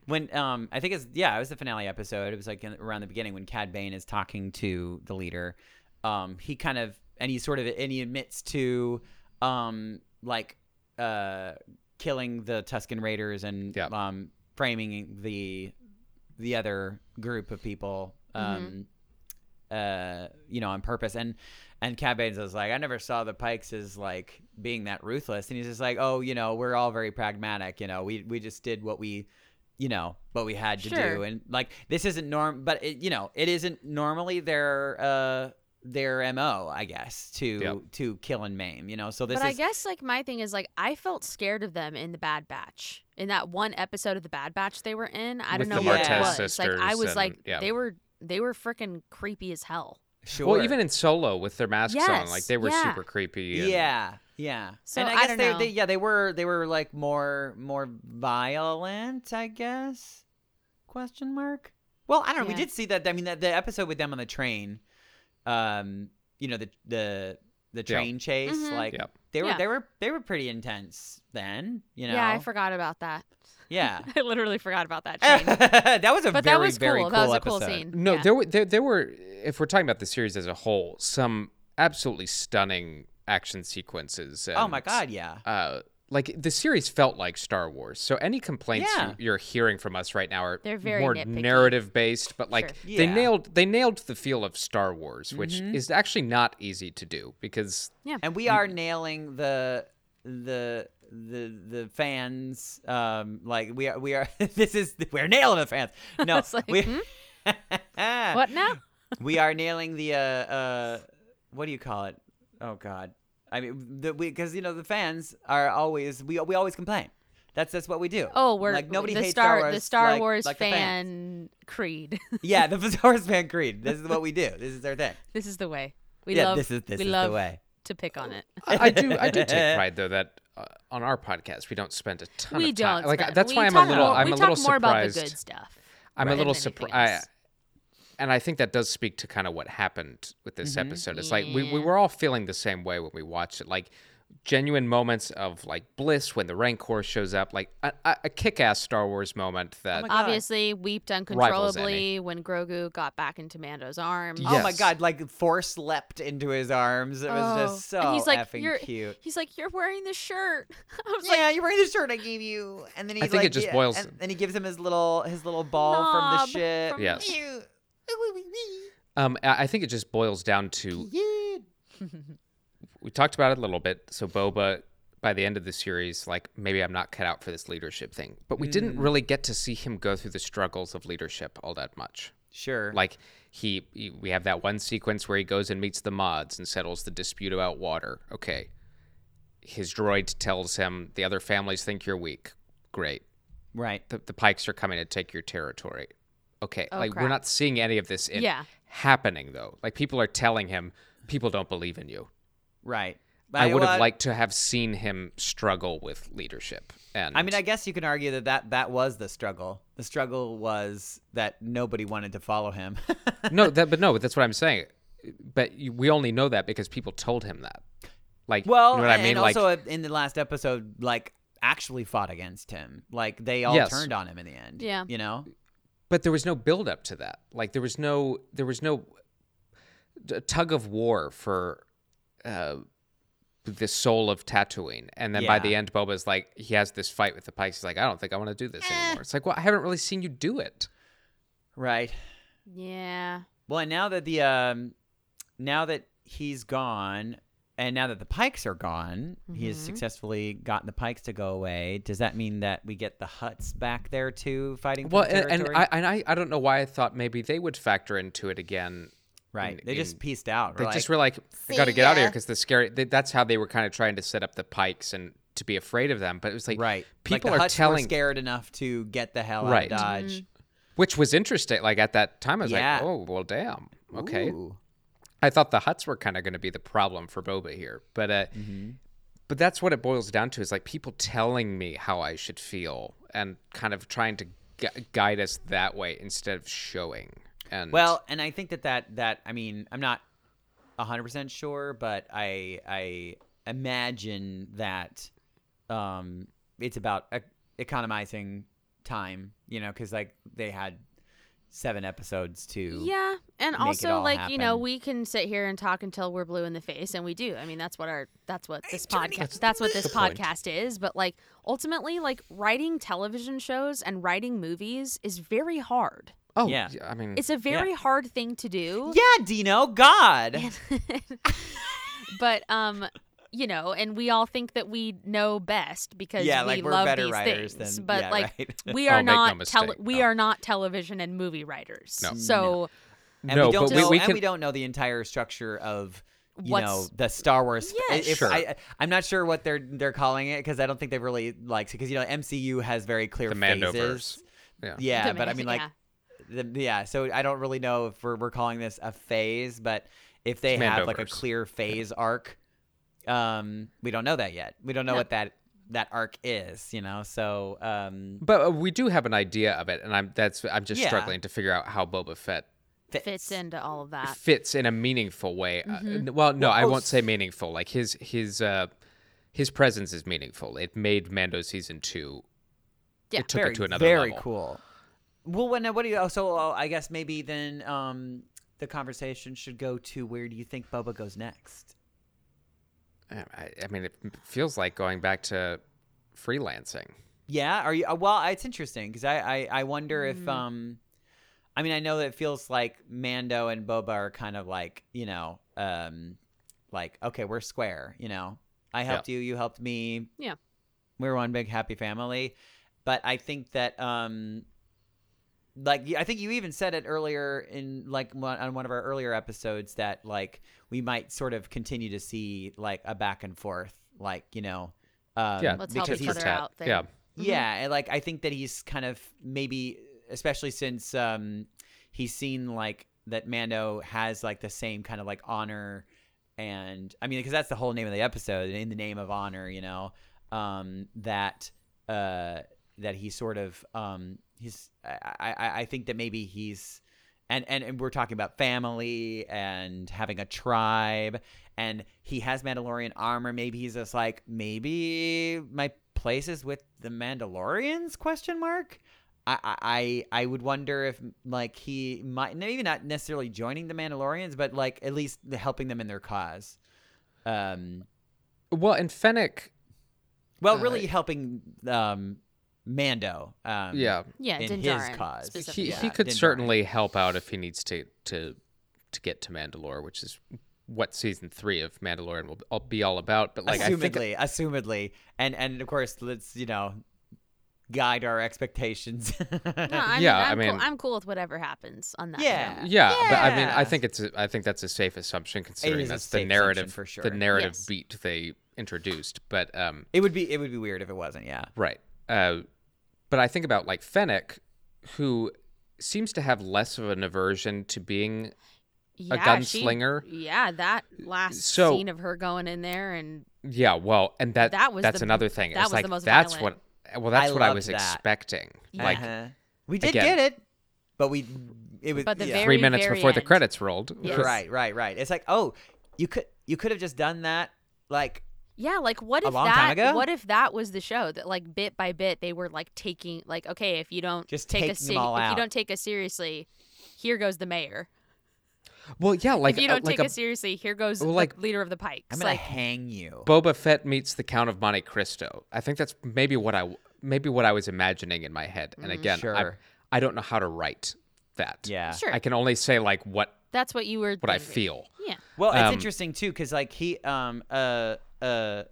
when um I think it's yeah it was the finale episode it was like in, around the beginning when Cad Bane is talking to the leader um he kind of and he sort of and he admits to um like uh killing the Tuscan Raiders and Yeah. um framing the the other group of people Mm-hmm. um uh you know on purpose and and Cad Bane's is like I never saw the Pikes as like being that ruthless and he's just like oh you know we're all very pragmatic you know we we just did what we you know what we had to do Sure. and like this isn't norm but it, you know it isn't normally their uh their mo I guess to Yep. to kill and maim you know so this but I is guess like my thing is like I felt scared of them in the Bad Batch in that one episade of the Bad Batch they were in. I With don't know the what it Martez was. like I sisters was and- like yeah. they were they were freaking creepy as hell. sure well, even in Solo with their masks on, like Yes, they were yeah. super creepy. and- Yeah, yeah. So, and I, I guess don't they, know. they yeah, they were they were like more more violent, I guess. Question mark? Well, I don't know. We Yeah. did see that I mean the, the episode with them on the train um you know the the the train chase Mhm. like Yep. they were Yeah. they were they were pretty intense then, you know. Yeah, I forgot about that. Yeah. I literally forgot about that. Shane. that was a but very that was cool. very That was a cool episode. scene. No, Yeah. there were there, there were if we're talking about the series as a whole, some absolutely stunning action sequences. Oh and, my god, yeah. Uh, like the series felt like Star Wars. So any complaints Yeah. you, you're hearing from us right now are They're very more nitpicky. narrative based, but like Sure. they Yeah. nailed they nailed the feel of Star Wars, which is actually not easy to do because and we are nailing the the the the fans um like we are we are this is we're nailing the fans no It's like, we, hmm? What now? we are nailing the uh uh what do you call it oh god i mean the because you know the fans are always we we always complain that's that's what we do Oh, we're like nobody the hates Star, star wars the Star like- Wars like the fans. fan creed. yeah the star wars fan creed this is what we do this is our thing this is the way. We yeah love this is this we is love the way to pick on it. I, I do I do take pride though that uh, on our podcast we don't spend a ton we of time. don't like spend- that's we why I'm a talk little more, I'm we a little talk more about surprised. the good stuff. I'm a Right. little than anything surprised. else. And I think that does speak to kind of what happened with this episode. It's like we, Yeah. we were all feeling the same way when we watched it. Like genuine moments of like bliss when the Rancor shows up, like a, a, a kick ass Star Wars moment that. my God. Obviously, weeped uncontrollably when Grogu got back into Mando's arms. Oh my Yes. god! Like force leapt into his arms. It was just so Oh. and he's like, effing you're, cute. He's like, you're wearing the shirt. I was Yeah, you're wearing the shirt I gave you, and then he's I think it like, just yeah, boils- And, and he gives him his little his little ball from the Knob shit. from- Yes. Ew. um, I I think it just boils down to Yeah. we talked about it a little bit. So Boba, by the end of the series, like maybe I'm not cut out for this leadership thing, but we didn't really get to see him go through the struggles of leadership all that much. Sure. Like he, he- we have that one sequence where he goes and meets the mods and settles the dispute about water. Okay. His droid tells him the other families think you're weak. Great. right. The, the pikes are coming to take your territory. Okay. Oh, like we're crap. not seeing any of this in Yeah. happening though. Like people are telling him people don't believe in you. Right. But uh, I would have well, liked to have seen him struggle with leadership. And I mean, I guess you can argue that, that that was the struggle. The struggle was that nobody wanted to follow him. no, that, but no, that's what I'm saying. But you, we only know that because people told him that. Like, well, you know what I and- mean? and Like, also uh, in the last episode, like actually fought against him. Like they all Yes. turned on him in the end. Yeah. You know. but there was no build up to that. Like, there was no, there was no d- tug of war for uh, the soul of Tatooine. And then by Yeah. the end, Boba's like, he has this fight with the Pikes. He's like, I don't think I want to do this Eh. anymore. It's like, well, I haven't really seen you do it. Right. Yeah. Well, and now that the um, now that he's gone, and now that the pikes are gone, he Mm-hmm. has successfully gotten the pikes to go away. Does that mean that we get the huts back there too, fighting? for Well, the and, and territory? I and I, I don't know why I thought maybe they would factor into it again. right, in- they just in- pieced out. Mm, They We're like, just were like, I got to "See get out of here ya." because the scary. They, that's how they were kind of trying to set up the pikes and to be afraid of them. But it was like, right. Like, people the are huts were telling, scared enough to get the hell Right. out of Dodge. which was interesting. Like at that time, I was Yeah. like, oh well, damn. Okay, Ooh. I thought the huts were kind of going to be the problem for Boba here, but uh, Mm-hmm. but that's what it boils down to is like people telling me how I should feel and kind of trying to gu- guide us that way instead of showing. And Well, and I think that that that I mean, I'm not 100% sure, but I I imagine that um it's about e- economizing time, you know, cuz like they had 7 episodes to Yeah, and make it also all like you know happen. we can sit here and talk until we're blue in the face, and we do. I mean that's what our that's what this podcast that's what this the point. podcast is. But like ultimately, like writing television shows and writing movies is very hard. oh yeah. yeah, I mean, It's a very hard thing to do. Yeah, Dino, god. but um you know and we all think that we know best because Yeah, we like, we're love better these writers things than- but yeah, like right. we Oh, are make no not tele- mistake, we no. are not television and movie writers No. so And No, we don't but we- know we and can- we don't know the entire structure of you know What's- the Star Wars. Yeah, if Sure. I, I'm not sure what they're they're calling it because I don't think they really like because you know MCU has very clear the Mandoverse. phases. Yeah, but I mean like yeah. the, yeah so i don't really know if we're, we're calling this a phase but if they It's have like a Mandoverse. clear phase arc um we don't know that yet we don't know No. what that that arc is you know so um But uh, we do have an idea of it, and I'm that's I'm just Yeah. struggling to figure out how Boba Fett fits into all of that fits in a meaningful way. Uh, Mm-hmm. n- well, no, I oh, won't say meaningful. Like his his uh, his presence is meaningful. It made Mando season two. Yeah. it took very, it to another very level. cool well when, what do you oh, so uh, i guess maybe then um the conversation should go to where do you think boba goes next Uh, I, I mean, it feels like going back to freelancing. Yeah, are you? uh, Well, it's interesting because I, I I wonder Mm-hmm. if um, I mean I know that it feels like Mando and Boba are kind of like you know um, like okay we're square you know I helped you you helped me Yeah. we're one big happy family, but I think that um, like I think you even said it earlier in like one, on one of our earlier episodes that like we might sort of continue to see like a back and forth like you know um, yeah, Let's help because each he's other tat- out thing. Yeah, yeah, and like I think that he's kind of maybe, especially since um, he's seen like that Mando has like the same kind of like honor, and I mean because that's the whole name of the episode, in the name of honor, you know, um, that uh, that he sort of um, he's I, I I think that maybe he's and, and and we're talking about family and having a tribe and he has Mandalorian armor. Maybe he's just like, maybe my place is with the Mandalorians? Question mark. I I I I would wonder if like he might maybe not necessarily joining the Mandalorians, but like at least helping them in their cause. Um, Well, and Fennec. Uh, well, really helping um, Mando. Um, Yeah, yeah in Din his Djarin cause. specifically. he Yeah, he could Din Djarin. certainly help out if he needs to to to get to Mandalore, which is what season three of Mandalorian will all- be all about. But like, I think assumedly, assumedly, and and of course, let's you know guide our expectations. no, I Yeah, mean, I'm I cool. mean- I'm cool with whatever happens on that. Yeah. front. Yeah, but I mean, I Yeah. think it's a, I think that's a safe assumption is considering a that's safe the assumption narrative for sure. the narrative Yes. beat they introduced. But um, It would be it would be weird if it wasn't. Yeah. right. Uh, but I think about like Fennec, who seems to have less of an aversion to being yeah, she- gunslinger. yeah, that last So- scene of her going in there and yeah. Well, and that That was that's the- another thing. that it's was the like most that's violent. what well that's I what I loved was that. expecting. Like Uh-huh. we did again- get it, but we it was But the yeah. very- three minutes very before the end. credits rolled. Yes. right, right, right. It's like oh, you could you could have just done that like Yeah, like what A if long that? time ago? What if that was the show that like bit by bit they were like taking like okay if you don't Just take taking us them all if out. you don't take us seriously, here goes the mayor. Well, yeah. Like If you uh, don't like take a us seriously, here goes Well, the like- leader of the Pikes. I'm gonna like hang you. Boba Fett meets the Count of Monte Cristo. I think that's maybe what I maybe what I was imagining in my head. Mm-hmm. And again, I, Sure. I don't know how to write that. yeah. sure, I can only say like what that's what you were. what I thinking. feel. Yeah, Well, it's Um, interesting too, because like he, um, uh, uh,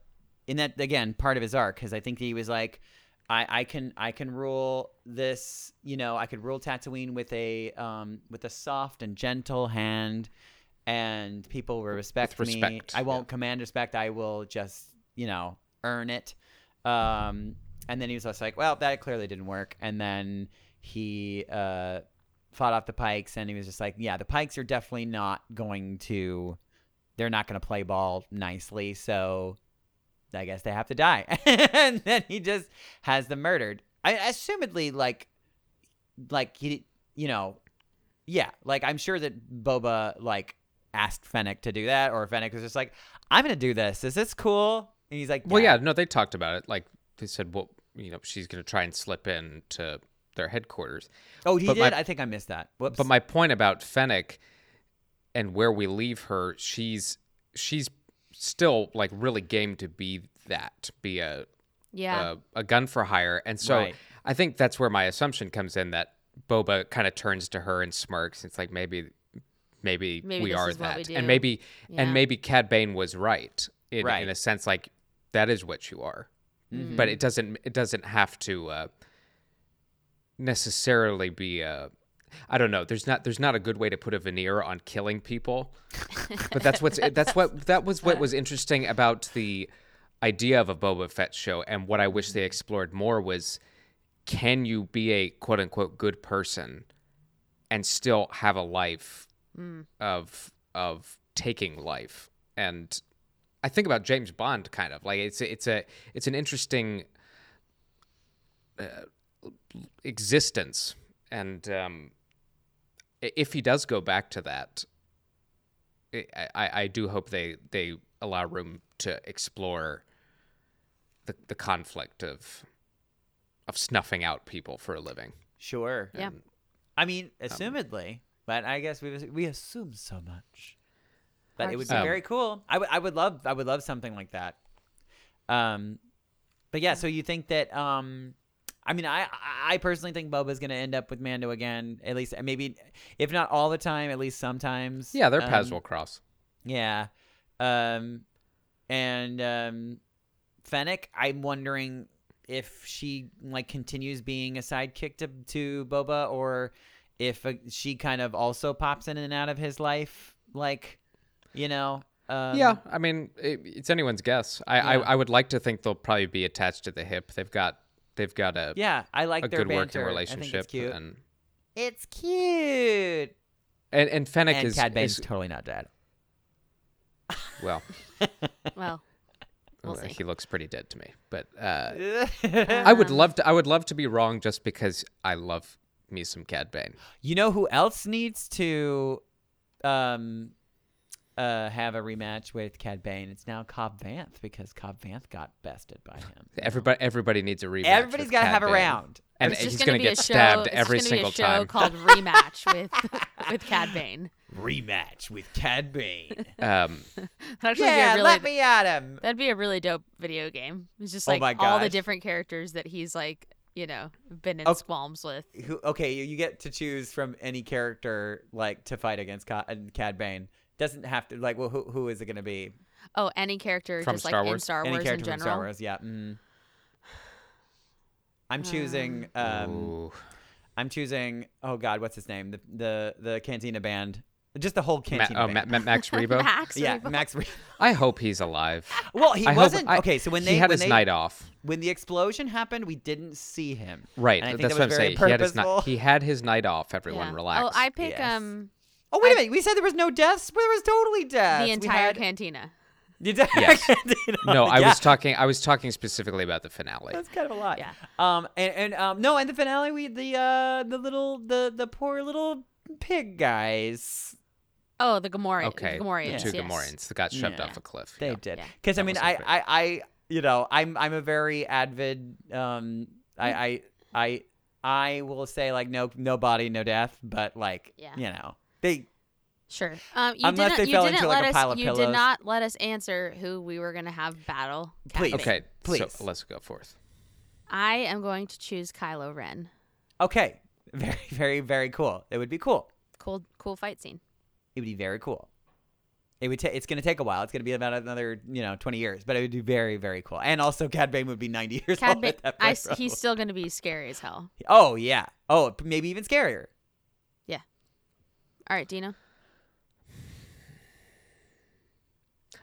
in that again part of his arc, because I think he was like, I, I can, I can rule this, you know, I could rule Tatooine with a, um, with a soft and gentle hand, and people will respect, me. respect, I yeah. won't command respect. I will just, you know, earn it. Um, and then he was just like, well, that clearly didn't work. And then he, uh, fought off the pikes and he was just like yeah the pikes are definitely not going to they're not going to play ball nicely so i guess they have to die and then he just has them murdered i assumedly like like he you know yeah like i'm sure that boba like asked fennec to do that or fennec was just like i'm going to do this is this cool and he's like Well, yeah, no, they talked about it. Like they said, well, you know, she's going to try and slip in to their headquarters. oh he But did my- i think i missed that Whoops. But my point about Fennec and where we leave her, she's she's still like really game to be that, be a Yeah. a, a gun for hire. And so Right. I think that's where my assumption comes in that Boba kind of turns to her and smirks. It's like maybe maybe, Maybe we this are is what that. we do. And maybe Yeah. and maybe Cad Bane was right in, Right. in a sense like that is what you are. Mm-hmm. But it doesn't it doesn't have to uh, necessarily be a I don't know. There's not there's not a good way to put a veneer on killing people. But that's what's that's what that was what was interesting about the idea of a Boba Fett show and what I wish they explored more was can you be a quote unquote good person and still have a life of of taking life and I think about James Bond kind of like it's it's a it's an interesting uh, existence and um, i- if he does go back to that I, I I do hope they they allow room to explore the the conflict of of snuffing out people for a living. sure Yeah. I mean, assumedly, but I guess we we assume so much. But Hard it to would be say. very cool. I would I would love I would love something like that. Um, but yeah. So you think that um, I mean, I I- I personally think Boba's gonna end up with Mando again. At least maybe, if not all the time, at least sometimes. Yeah, their paths Um, will cross. yeah. Um and um Fennec, I'm wondering if she like continues being a sidekick to to Boba or if uh, she kind of also pops in and out of his life like you know. Um, yeah, I mean it, it's anyone's guess. I, I Yeah. I would like to think they'll probably be attached to the hip. They've got they've got a Yeah, I like a their good banter. working I think relationship it's cute. And, and it's cute. and, and Fennec And is, Cad Bane's is- totally not dead. well uh, well, We'll see. he looks pretty dead to me but uh, you I would love to I would love to be wrong just because I love me some Cad Bane know who else needs to um uh, have a rematch with Cad Bane. It's now Cobb Vanth because Cobb Vanth got bested by him. everybody everybody needs a rematch Everybody's got got to to have a round. and it's he's just going to gonna be get a show, stabbed it's every just gonna single be a show time called Rematch with with Cad Bane. Rematch with Cad Bane. um, That'd actually yeah, be a really, let me at him. that'd be a really dope video game. It's just Oh like my all the gosh. different characters that he's like, you know, been in Oh. squalms with. Who, okay, you, you get to choose from any character like to fight against Ca- uh, Cad Bane. Doesn't have to like. Well, who who is it going to be? Oh, any character From just Star like in Wars? Star any Wars in character general. Uh, from Star Wars? Yeah. Mm. I'm choosing. Um, ooh. I'm choosing. Oh God, what's his name? The the the Cantina band. Just the whole Ma- Cantina oh, band. Ma- Ma- Max Rebo Max, yeah, Rebo- Max. Re- I hope he's alive Well, he I hope- wasn't. I- okay, so when he they had when his they- night off when the explosion happened, we didn't see him. Right, And I think that's that what I'm was very saying. He had, his purposeful. night, he had his night off. Everyone yeah. relax. Oh, I pick Yes. um Oh wait a minute! We said there was no deaths. Well, there was totally deaths. the Uh, We entire had- cantina. The entire Yes. cantina. no, I Yeah, was talking. I was talking specifically about the finale. That's kind of a lot. Yeah. Um. And, and um. No. And the finale. We the uh the little the the poor little pig guys. Oh, the Gamorreans. Okay, the Gamorreans. the two yes. Gamorreans that got shoved Yeah. off a cliff. They yeah. did. Yeah. Because I That mean, was I, epic. I I you know I'm I'm a very avid um Mm. I I I I will say like no no body no death, but like Yeah. you know they Sure. Um, you Unless didn't, they you fell didn't into, like, let a us, pile of you did pillows. not let us answer who we were gonna have battle. Cad Please. Bane. Okay, Please. So let's go forth. I am going to choose Kylo Ren. okay very very very cool. It would be cool. Cool, cool fight scene. It would be very cool. It would. ta it's going to take a while. It's going to be about another, you know, twenty years. But it would be very, very cool. And also, Cad Bane would be ninety years Cad old. Bane, at that I point, s probably. he's still gonna be scary as hell. Oh yeah. Oh, p- maybe even scarier. All right, Dina.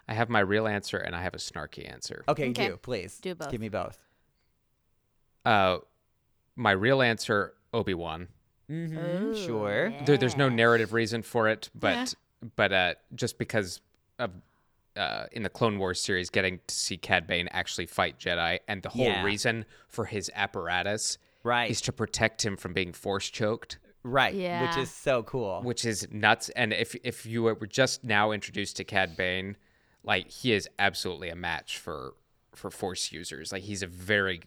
I have my real answer and I have a snarky answer. Okay, Okay. you please Do both. Give me both. Uh, my real answer, Obi Wan. Mm-hmm. sure. There, there's no narrative reason for it, but but uh, just because of uh, in the Clone Wars series, getting to see Cad Bane actually fight Jedi, and the whole Yeah. reason for his apparatus Right. is to protect him from being force choked. Right. Yeah. Which is so cool. which is nuts. And if if you were just now introduced to Cad Bane, like he is absolutely a match for for Force users. Like he's a very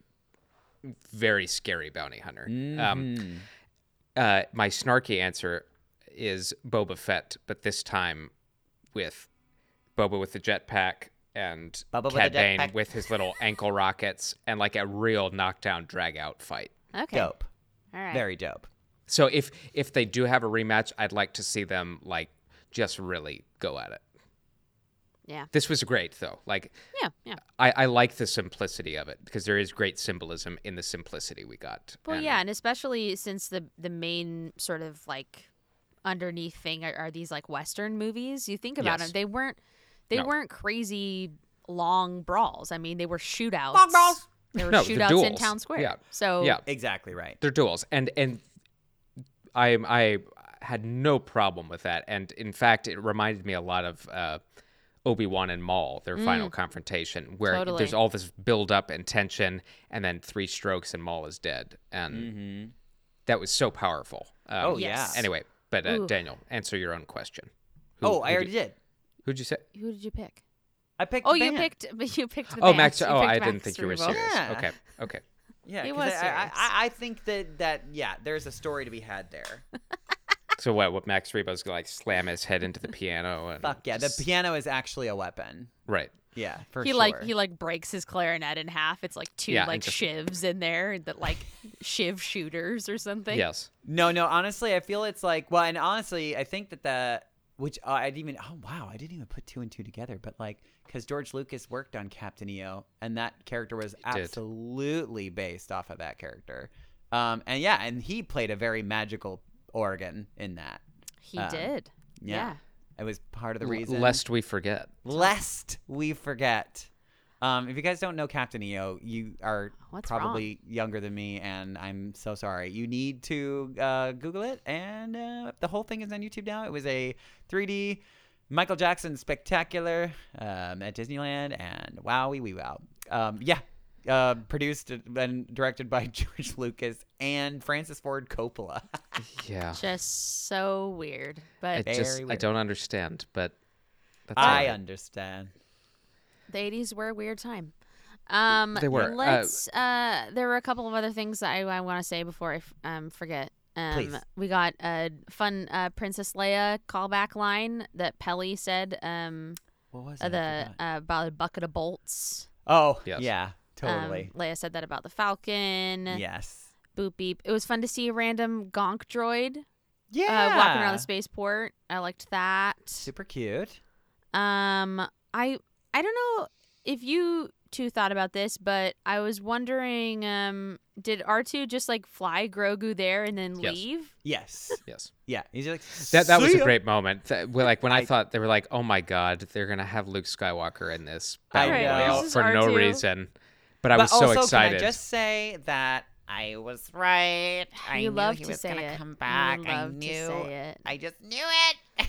very scary bounty hunter. Mm-hmm. Um, uh, my snarky answer is Boba Fett, but this time with Boba with the jetpack and Bubba with Cad the Bane jetpack. with his little ankle rockets and like a real knockdown drag out fight. Okay. dope. All right. Very dope. So if if they do have a rematch, I'd like to see them like just really go at it. Yeah. This was great though. Like Yeah. Yeah. I, I like the simplicity of it because there is great symbolism in the simplicity we got. Well, And yeah, and especially since the the main sort of like underneath thing are, are these like Western movies. You think about Yes. them; they weren't they No. weren't crazy long brawls. I mean, they were shootouts. brawls. There were No, the shootouts in duels. town square. Yeah. So Yeah. Exactly right. They're duels. And and I I had no problem with that. And in fact it reminded me a lot of uh Obi Wan and Maul, their final confrontation, where Mm. Totally. there's all this build up and tension, and then three strokes and Maul is dead, and that was so powerful. Um, Oh Mm-hmm. Yes. yeah. Anyway, but uh, Ooh. Daniel, answer your own question. Who- Oh, I who already did. did. Who'd you say? who did you pick? I picked. Oh, the you band. picked, but you picked. The Oh, band. Max. You Oh, picked I didn't Max think you were Rebo. serious. Yeah. Okay. Okay. Yeah, It 'cause was I, I, serious. I, I think that that yeah, there's a story to be had there. So what? What Max Rebo's gonna like slam his head into the piano and Fuck yeah, the just- piano is actually a weapon. right. Yeah, for He sure. like he like breaks his clarinet in half. It's like two Yeah, and like just- shivs in there that like shiv shooters or something. Yes. no, no. Honestly, I feel it's like well, and honestly, I think that the which uh, I didn't even oh wow, I didn't even put two and two together, but like because George Lucas worked on Captain EO, and that character was did. absolutely based off of that character. Um, and yeah, and he played a very magical organ in that. He Um, did. Yeah. Yeah. It was part of the L- reason. Lest we forget. lest we forget. Um, if you guys don't know Captain EO, you are What's probably younger than me, and I'm so sorry. You need to uh, Google it, and uh, the whole thing is on YouTube now. It was a 3D Michael Jackson spectacular um, at Disneyland, and wowie wee wow. Um, yeah, uh, produced and directed by George Lucas and Francis Ford Coppola. Yeah. Just so weird. But I just Very I weird. don't understand, but that's all I right. understand. the 80s were a weird time. Um, They were. Uh, Let's. Uh, there were a couple of other things that I, I want to say before I f- um, forget. Um, Please. We got a fun uh, Princess Leia callback line that Pelly said. Um, What was uh, it? the I forgot. uh, about a bucket of bolts. oh, Yes. yeah, Um, totally. Leia said that about the Falcon. yes. Boop beep. It was fun to see a random gonk droid Yeah. uh, walking around the spaceport. I liked that. Super cute. Um, I I don't know if you two thought about this, but I was wondering, um, did R two just like fly Grogu there and then Yes. leave? Yes. Yes. Yeah. He's like That that was "See a ya." great moment. That- well, like when I, thought they were like, "Oh my god, they're gonna have Luke Skywalker in this I Battle know. Royale This is for no R2. reason," but I was but also, so excited. Can I just say that I was right. I you knew love he to was say gonna it. come back. You I love knew. to say it. I just knew it.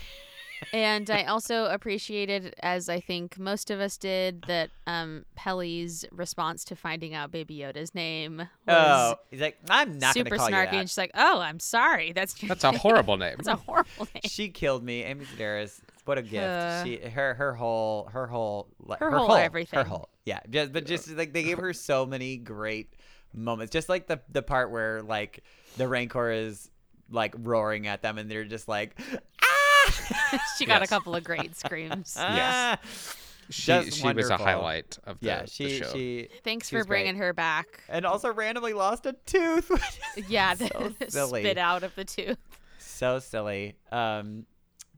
and I also appreciated, as I think most of us did, that um Pelly's response to finding out Baby Yoda's name was Oh, he's like, I'm not super gonna call snarky. you And that. she's like, "Oh, I'm sorry. That's your That's a name." horrible name. That's a horrible name." She killed me, Amy Sedaris. What a gift! Uh, she her her whole her whole li- her her, whole whole everything. her whole yeah. Just but just like they gave her so many great moments. Just like the the part where like the Rancor is like roaring at them and they're just like ah she got Yes. a couple of great screams. yeah. she Just she was a wonderful. highlight of the, Ah. Yeah, the she show. she Thanks She for was great. bringing her back. and also randomly lost a tooth. which is Yeah, the, the silly. spit out of the tooth. so silly. Um,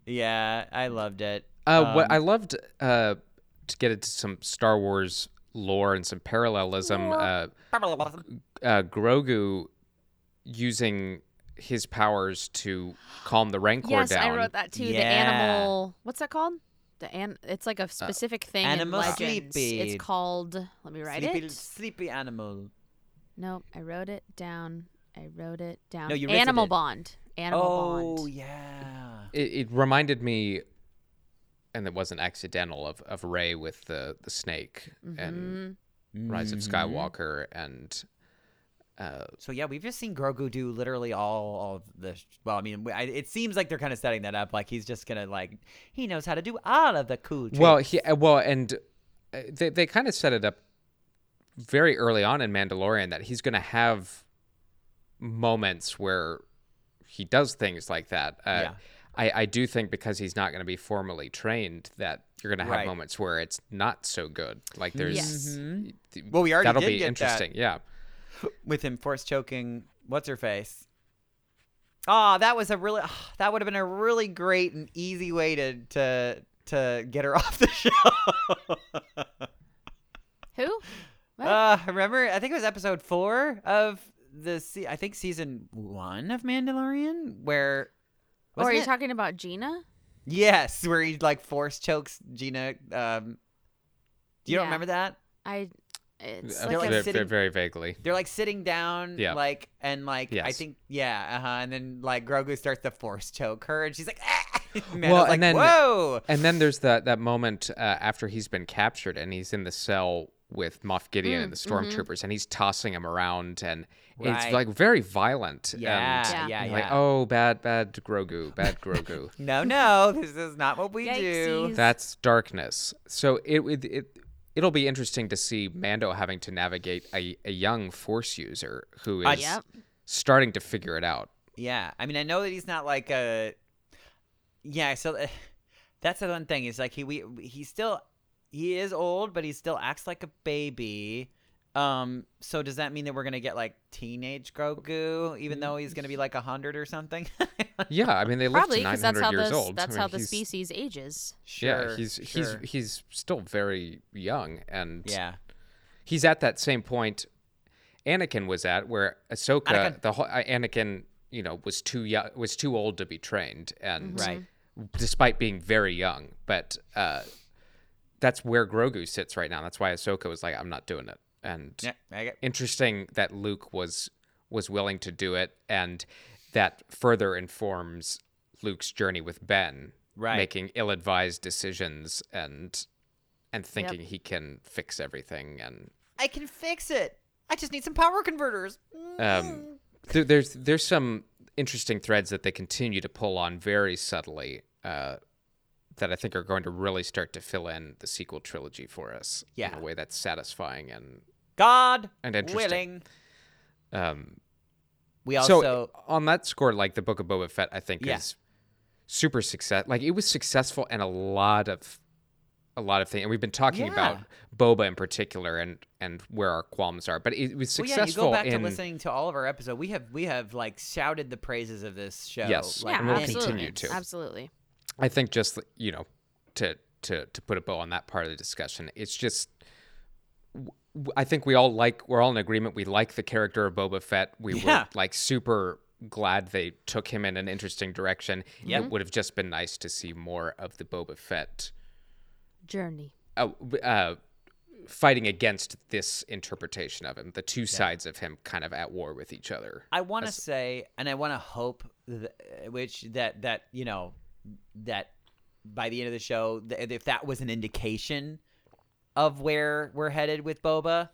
yeah, I loved it. Uh, what I loved uh, to get into some Star Wars lore and some parallelism. Uh, uh, Grogu using his powers to calm the Rancor yes, down. I wrote that too. The Yeah. Uh, animal. What's that called? The an. It's like a specific thing in animal legends. It's sleepy. called. Let me write sleepy, it. sleepy animal. Nope, I wrote it down. I wrote it down. No, you written animal it. bond. Animal oh bond. yeah. It, it reminded me, and it wasn't accidental, of of Ray with the the snake Mm-hmm. and Rise Mm-hmm. of Skywalker and uh, So yeah, we've just seen Grogu do literally all all of the. sh- Well, I mean, we- I, it seems like they're kind of setting that up. Like he's just gonna like he knows how to do all of the cool. Tricks. Well, he, uh, well, and uh, they they kind of set it up very early on in Mandalorian that he's going to have moments where he does things like that. Uh, Yeah. I, I do think because he's not going to be formally trained that you're going to have Right. moments where it's not so good. Like there's Yes. th- Mm-hmm. Well, we already that'll did be get that. interesting. Yeah. with him force choking what's her face. Ah, that was a really that would have been a really great and easy way to to to get her off the show. Who? What? Uh, remember, I think it was episode four of the se- I think season one of Mandalorian where. Or Oh, are wasn't you it- talking about Gina? Yes, where he like force chokes Gina. Um, do you Yeah. don't remember that? I. It's Uh, They're, like, like a very, sitting- very vaguely. They're like sitting down, Yeah. like and like I Yes. think yeah, uh huh. And then like Grogu starts to force choke her, and she's like, ah! Man, I was Well, and like, then- whoa, And then there's that that moment uh, after he's been captured and he's in the cell with Moff Gideon and the stormtroopers, and he's tossing him around, and Right. it's like very violent. yeah, and yeah, Yeah. yeah. you're like oh, bad, bad Grogu, bad Grogu. No, no, this is not what we do. Yikesies. That's darkness. So it would it. It'll be interesting to see Mando having to navigate a, a young Force user who I- is Yep. starting to figure it out. Yeah, I mean, I know that he's not like a. Yeah, so uh, that's the one thing. Is like he we he still he is old, but he still acts like a baby. Um, so does that mean that we're gonna get like teenage Grogu, even though he's gonna be like a hundred or something? Yeah, I mean they lived Probably to because 900 that's how years the old. that's I mean, how the he's- species ages. sure, yeah, he's sure. he's he's still very young and yeah. he's at that same point Anakin was at, where Ahsoka, Anakin. the whole, uh, Anakin, you know, was too young, was too old to be trained, and Mm-hmm. Right. despite being very young, but uh, that's where Grogu sits right now. That's why Ahsoka was like, "I'm not doing it," and Yeah, I get, interesting that Luke was was willing to do it, and that further informs Luke's journey with Ben, Right. making ill-advised decisions and and thinking he can fix everything. And I can fix it. I just need some power converters. um, there, there's there's some interesting threads that they continue to pull on very subtly. Uh, that I think are going to really start to fill in the sequel trilogy for us Yeah. in a way that's satisfying and God And interesting. willing, um, we also so on that score, like the Book of Boba Fett, I think Yeah. is super success. Like it was successful in a lot of a lot of things, and we've been talking Yeah. about Boba in particular, and and where our qualms are. But it was successful Well, yeah, you go back in to listening to all of our episodes. We have we have like shouted the praises of this show. Yes, like, and we'll many absolutely. continue times. to. Absolutely. I think just you know to to to put a bow on that part of the discussion, it's just w- w- I think we all like we're all in agreement. We like the character of Boba Fett. We Yeah. were like super glad they took him in an interesting direction. It would have just been nice to see more of the Boba Fett Journey. uh, w- uh, fighting against this interpretation of him. The two sides of him kind of at war with each other. I want to say, and I want to hope, th- which that that you know that by the end of the show, th- if that was an indication of where we're headed with Boba,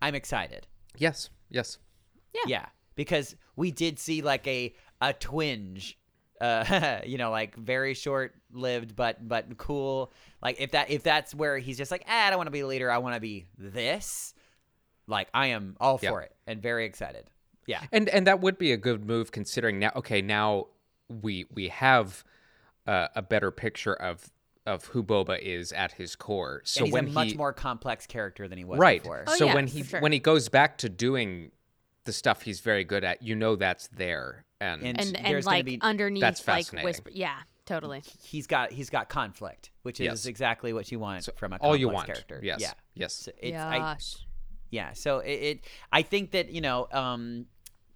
I'm excited. yes, yes. Yeah, because we did see like a a twinge, uh, you know, like very short lived, but but cool. Like if that if that's where he's just like, ah, I don't want to be a leader. I want to be this. Like I am all Yeah. for it and very excited. Yeah, And and that would be a good move considering now. Okay, now we we have uh, a better picture of of who Boba is at his core. So and he's when a much he, more complex character than he was right, before. Oh, so yeah, when he for sure. when he goes back to doing the stuff he's very good at, you know that's there. And, And- And and There's gonna like be- underneath That's like fascinating. whisper. Yeah. Totally. he's got he's got conflict, which is Yes. exactly what you want from a all you want. complex character. Yes. Yeah. Yes. So it's, I, yeah. So it, it I think that you know um,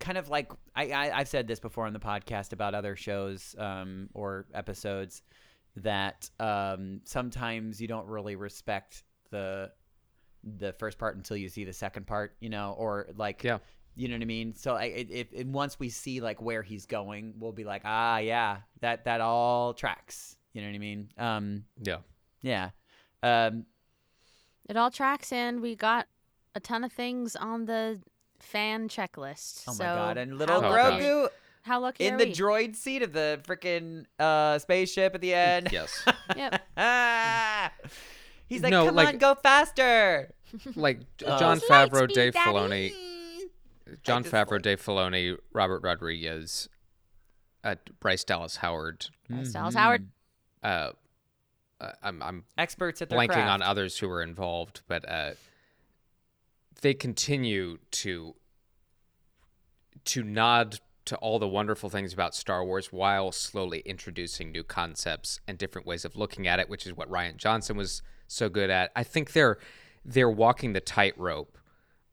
kind of like I, I I've said this before on the podcast about other shows um, or episodes that um, sometimes you don't really respect the the first part until you see the second part, you know, or like Yeah. you know what I mean? So I, it, if and once we see like where he's going, we'll be like, ah, yeah, that that all tracks. You know what I mean? Um, Yeah. yeah. Um, It all tracks, and we got a ton of things on the fan checklist. oh so my god! And little how Oh, lucky- Grogu How lucky in are the we? droid seat of the freaking uh, spaceship at the end. Yes. Yep. Ah! He's like, No, come like- on, go faster. like Uh, John Light Favreau, speed, Dave Daddy. Filoni, Mm. John just Favreau, like- Dave Filoni, Robert Rodriguez, uh, Bryce Dallas Howard. Styles Howard. Uh, uh, I'm I'm Experts at their blanking craft. on others who were involved, but uh, they continue to to nod to all the wonderful things about Star Wars while slowly introducing new concepts and different ways of looking at it, which is what Ryan Johnson was so good at. I think they're they're walking the tightrope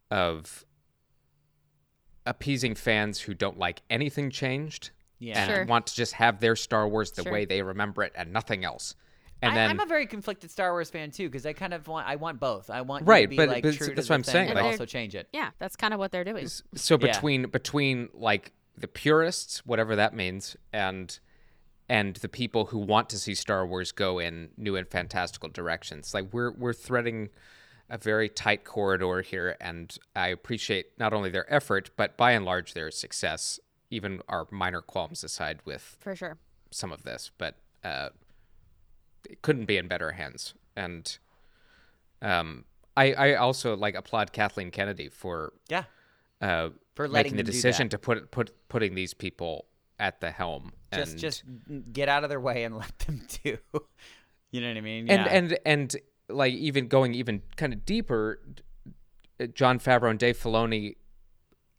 of appeasing fans who don't like anything changed Yeah. and Sure. want to just have their Star Wars the Sure. way they remember it and nothing else. And I, then I'm a very conflicted Star Wars fan too, because I kind of want I want both. I want you to Right, be but- like but true to that's what the I'm thing, saying, but like- also change it. Yeah, that's kind of what they're doing. S- so Yeah. between between like the purists whatever that means and and the people who want to see Star Wars go in new and fantastical directions like we're we're threading a very tight corridor here and I appreciate not only their effort but by and large their success even our minor qualms aside with For sure. some of this but uh it couldn't be in better hands and um I, I also like applaud Kathleen Kennedy for Yeah. uh, For letting making the them do decision that. to put put putting these people at the helm. Just and, just get out of their way and let them do. you know what I mean? and Yeah. and and like even going even kind of deeper, uh, John Favreau and Dave Filoni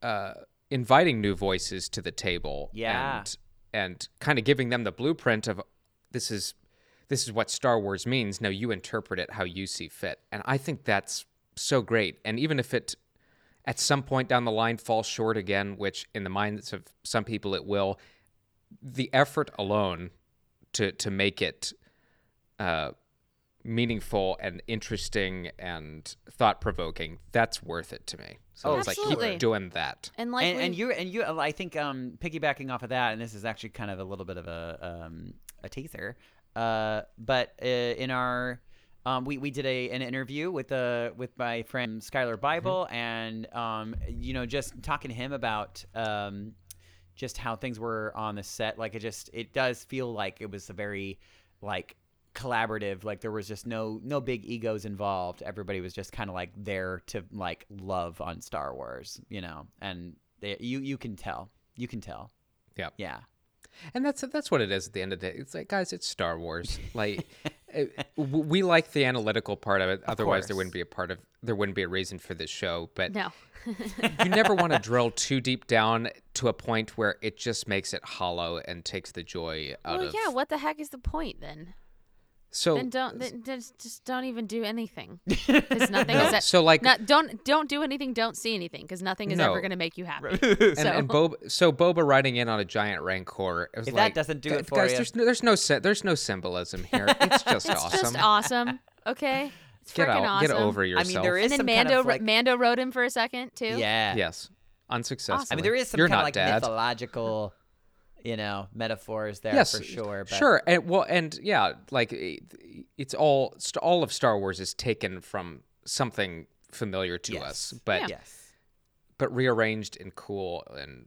uh, inviting new voices to the table. Yeah. and and kind of giving them the blueprint of this is this is what Star Wars means. Now you interpret it how you see fit, and I think that's so great. And even if it at some point down the line falls short again, which in the minds of some people it will, the effort alone to to make it uh, meaningful and interesting and thought provoking, that's worth it to me. So Oh, it's like Absolutely. keep doing that. And like and, we, and you and you I think um piggybacking off of that and this is actually kind of a little bit of a um a teaser uh but uh, in our um we, we did a an interview with uh with my friend Mm-hmm. Skylar Bible and um you know just talking to him about um just how things were on the set like it just it does feel like it was a very like collaborative like there was just no no big egos involved everybody was just kind of like there to like love on star wars you know and they, you you can tell you can tell Yeah. yeah And that's that's what it is at the end of the day. It's like, guys, it's Star Wars. Like, uh, w- we like the analytical part of it. Otherwise, there course. wouldn't be a part of there wouldn't be a reason for this show. But no. you never want to drill too deep down to a point where it just makes it hollow and takes the joy out Oh, Well, of. yeah. uh, What the heck is the point then? So Then don't then just, just don't even do anything. Because nothing No, is e- so, like- no, don't don't do anything. Don't see anything because nothing is No. ever going to make you happy. and, so and Boba, so Boba riding in on a giant rancor. It was If that like, doesn't do "Gu- it for guys, you." There's no, there's no sy- there's no symbolism here. It's just it's awesome. just awesome. Okay, it's get freaking out, awesome. get over I mean, yourself. there is- And then some kind Mando of, ro- like- Mando rode him for a second too. yeah yes, unsuccessful. i mean there is some You're kind not of like dad. mythological you know metaphors there yes, for sure but Sure, and well, and yeah, like it- it's all st- all of Star Wars is taken from something familiar to us, Yes. but yes but rearranged in cool and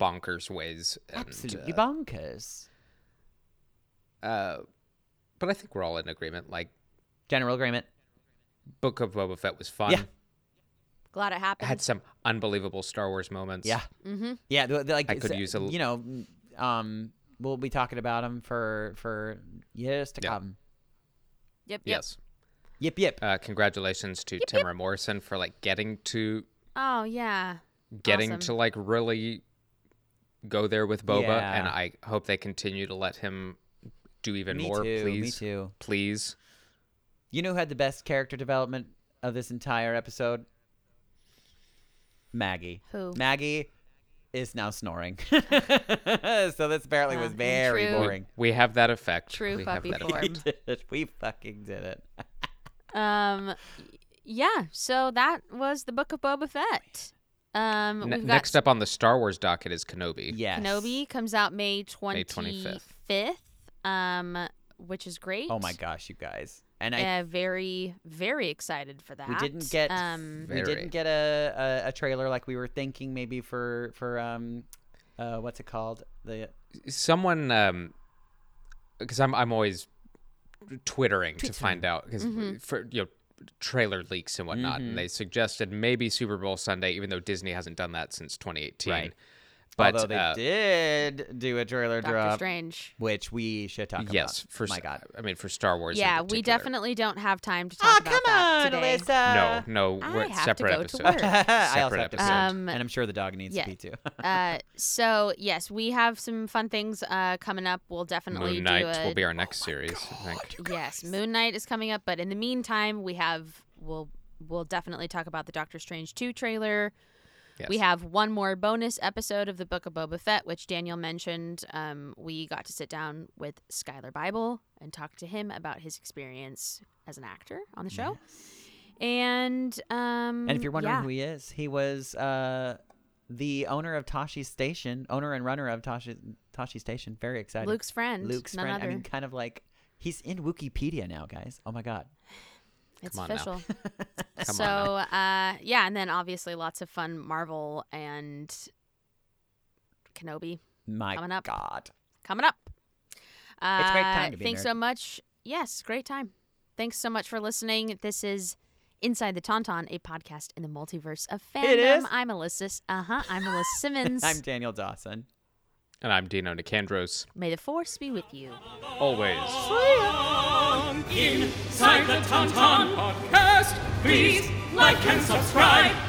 bonkers ways. And, absolutely bonkers uh, but I think we're all in agreement. Like general agreement Book of Boba Fett was fun. Yeah. Glad it It happened. had some unbelievable Star Wars moments. yeah mm-hmm. Yeah, the, the, like I could it's, use a l- you know, um, we'll be talking about them for for years to Yeah. come. Yep. Yep. Yes. Yip yip. Uh, congratulations to Tamara Morrison for like getting to Oh yeah. getting Awesome. to like really go there with Boba, and Yeah. I hope they continue to let him do even Me more, too, me please. too. Please. You know who had the best character development of this entire episode? Maggie. Who? Maggie is now snoring. so this apparently was Fucking very Oh, true. boring. We have that effect. True we puppy have that form. We effect. did it. We fucking did it. Um, yeah. So that was the Book of Boba Fett. Um, Ne- we've got next up on the Star Wars docket is Kenobi. Yes. Kenobi comes out May twenty 25th. fifth. Um, which is great. Oh my gosh, you guys. And I Uh, very very excited for that. we didn't get Um, we Very. didn't get a, a a trailer like we were thinking maybe for for um uh what's it called? The someone um because I'm I'm always twittering to find out because Mm-hmm. for you know trailer leaks and whatnot, Mm-hmm. and they suggested maybe Super Bowl Sunday, even though Disney hasn't done that since 2018. Right. But although they uh, did do a trailer Doctor drop Strange. which we should talk about. yes, for my s- god. I mean for Star Wars. in Yeah, we particular. definitely don't have time to Oh, talk come about that on, today. Alyssa. No, no, uh, I we're have to separate go to episode. work. I also Separate have to episode. pee. Um, and I'm sure the dog needs yeah. to pee too. uh, so yes, we have some fun things uh, coming up. We'll definitely Moon do Knight a will be our next series. I think. yes, Moon Knight is coming up, but in the meantime, we have we'll we'll definitely talk about the Doctor Strange two trailer. Yes. We have one more bonus episode of the Book of Boba Fett, which Daniel mentioned. Um, we got to sit down with Skylar Bible and talk to him about his experience as an actor on the show. And um, And if you're wondering yeah. who he is, he was uh, the owner of Tashi Station, owner and runner of Tashi Tashi Station. Very exciting. Luke's friend, Luke's none friend. I other. mean, kind of like he's in Wikipedia now, guys. Oh my god. It's Come on now. official. Come so, on uh, yeah, and then obviously lots of fun Marvel and Kenobi My Coming up. god. coming up. Uh, It's a great time to be a Thanks nerd. so much. Yes, great time. Thanks so much for listening. This is Inside the Tauntaun, a podcast in the multiverse of fandom. is? I'm Alyssa. Uh huh. I'm Alyssa Simmons. I'm Daniel Dawson. and I'm Dino Nicandros. May the force be with you. Always. Inside the Tauntaun podcast, please like and subscribe.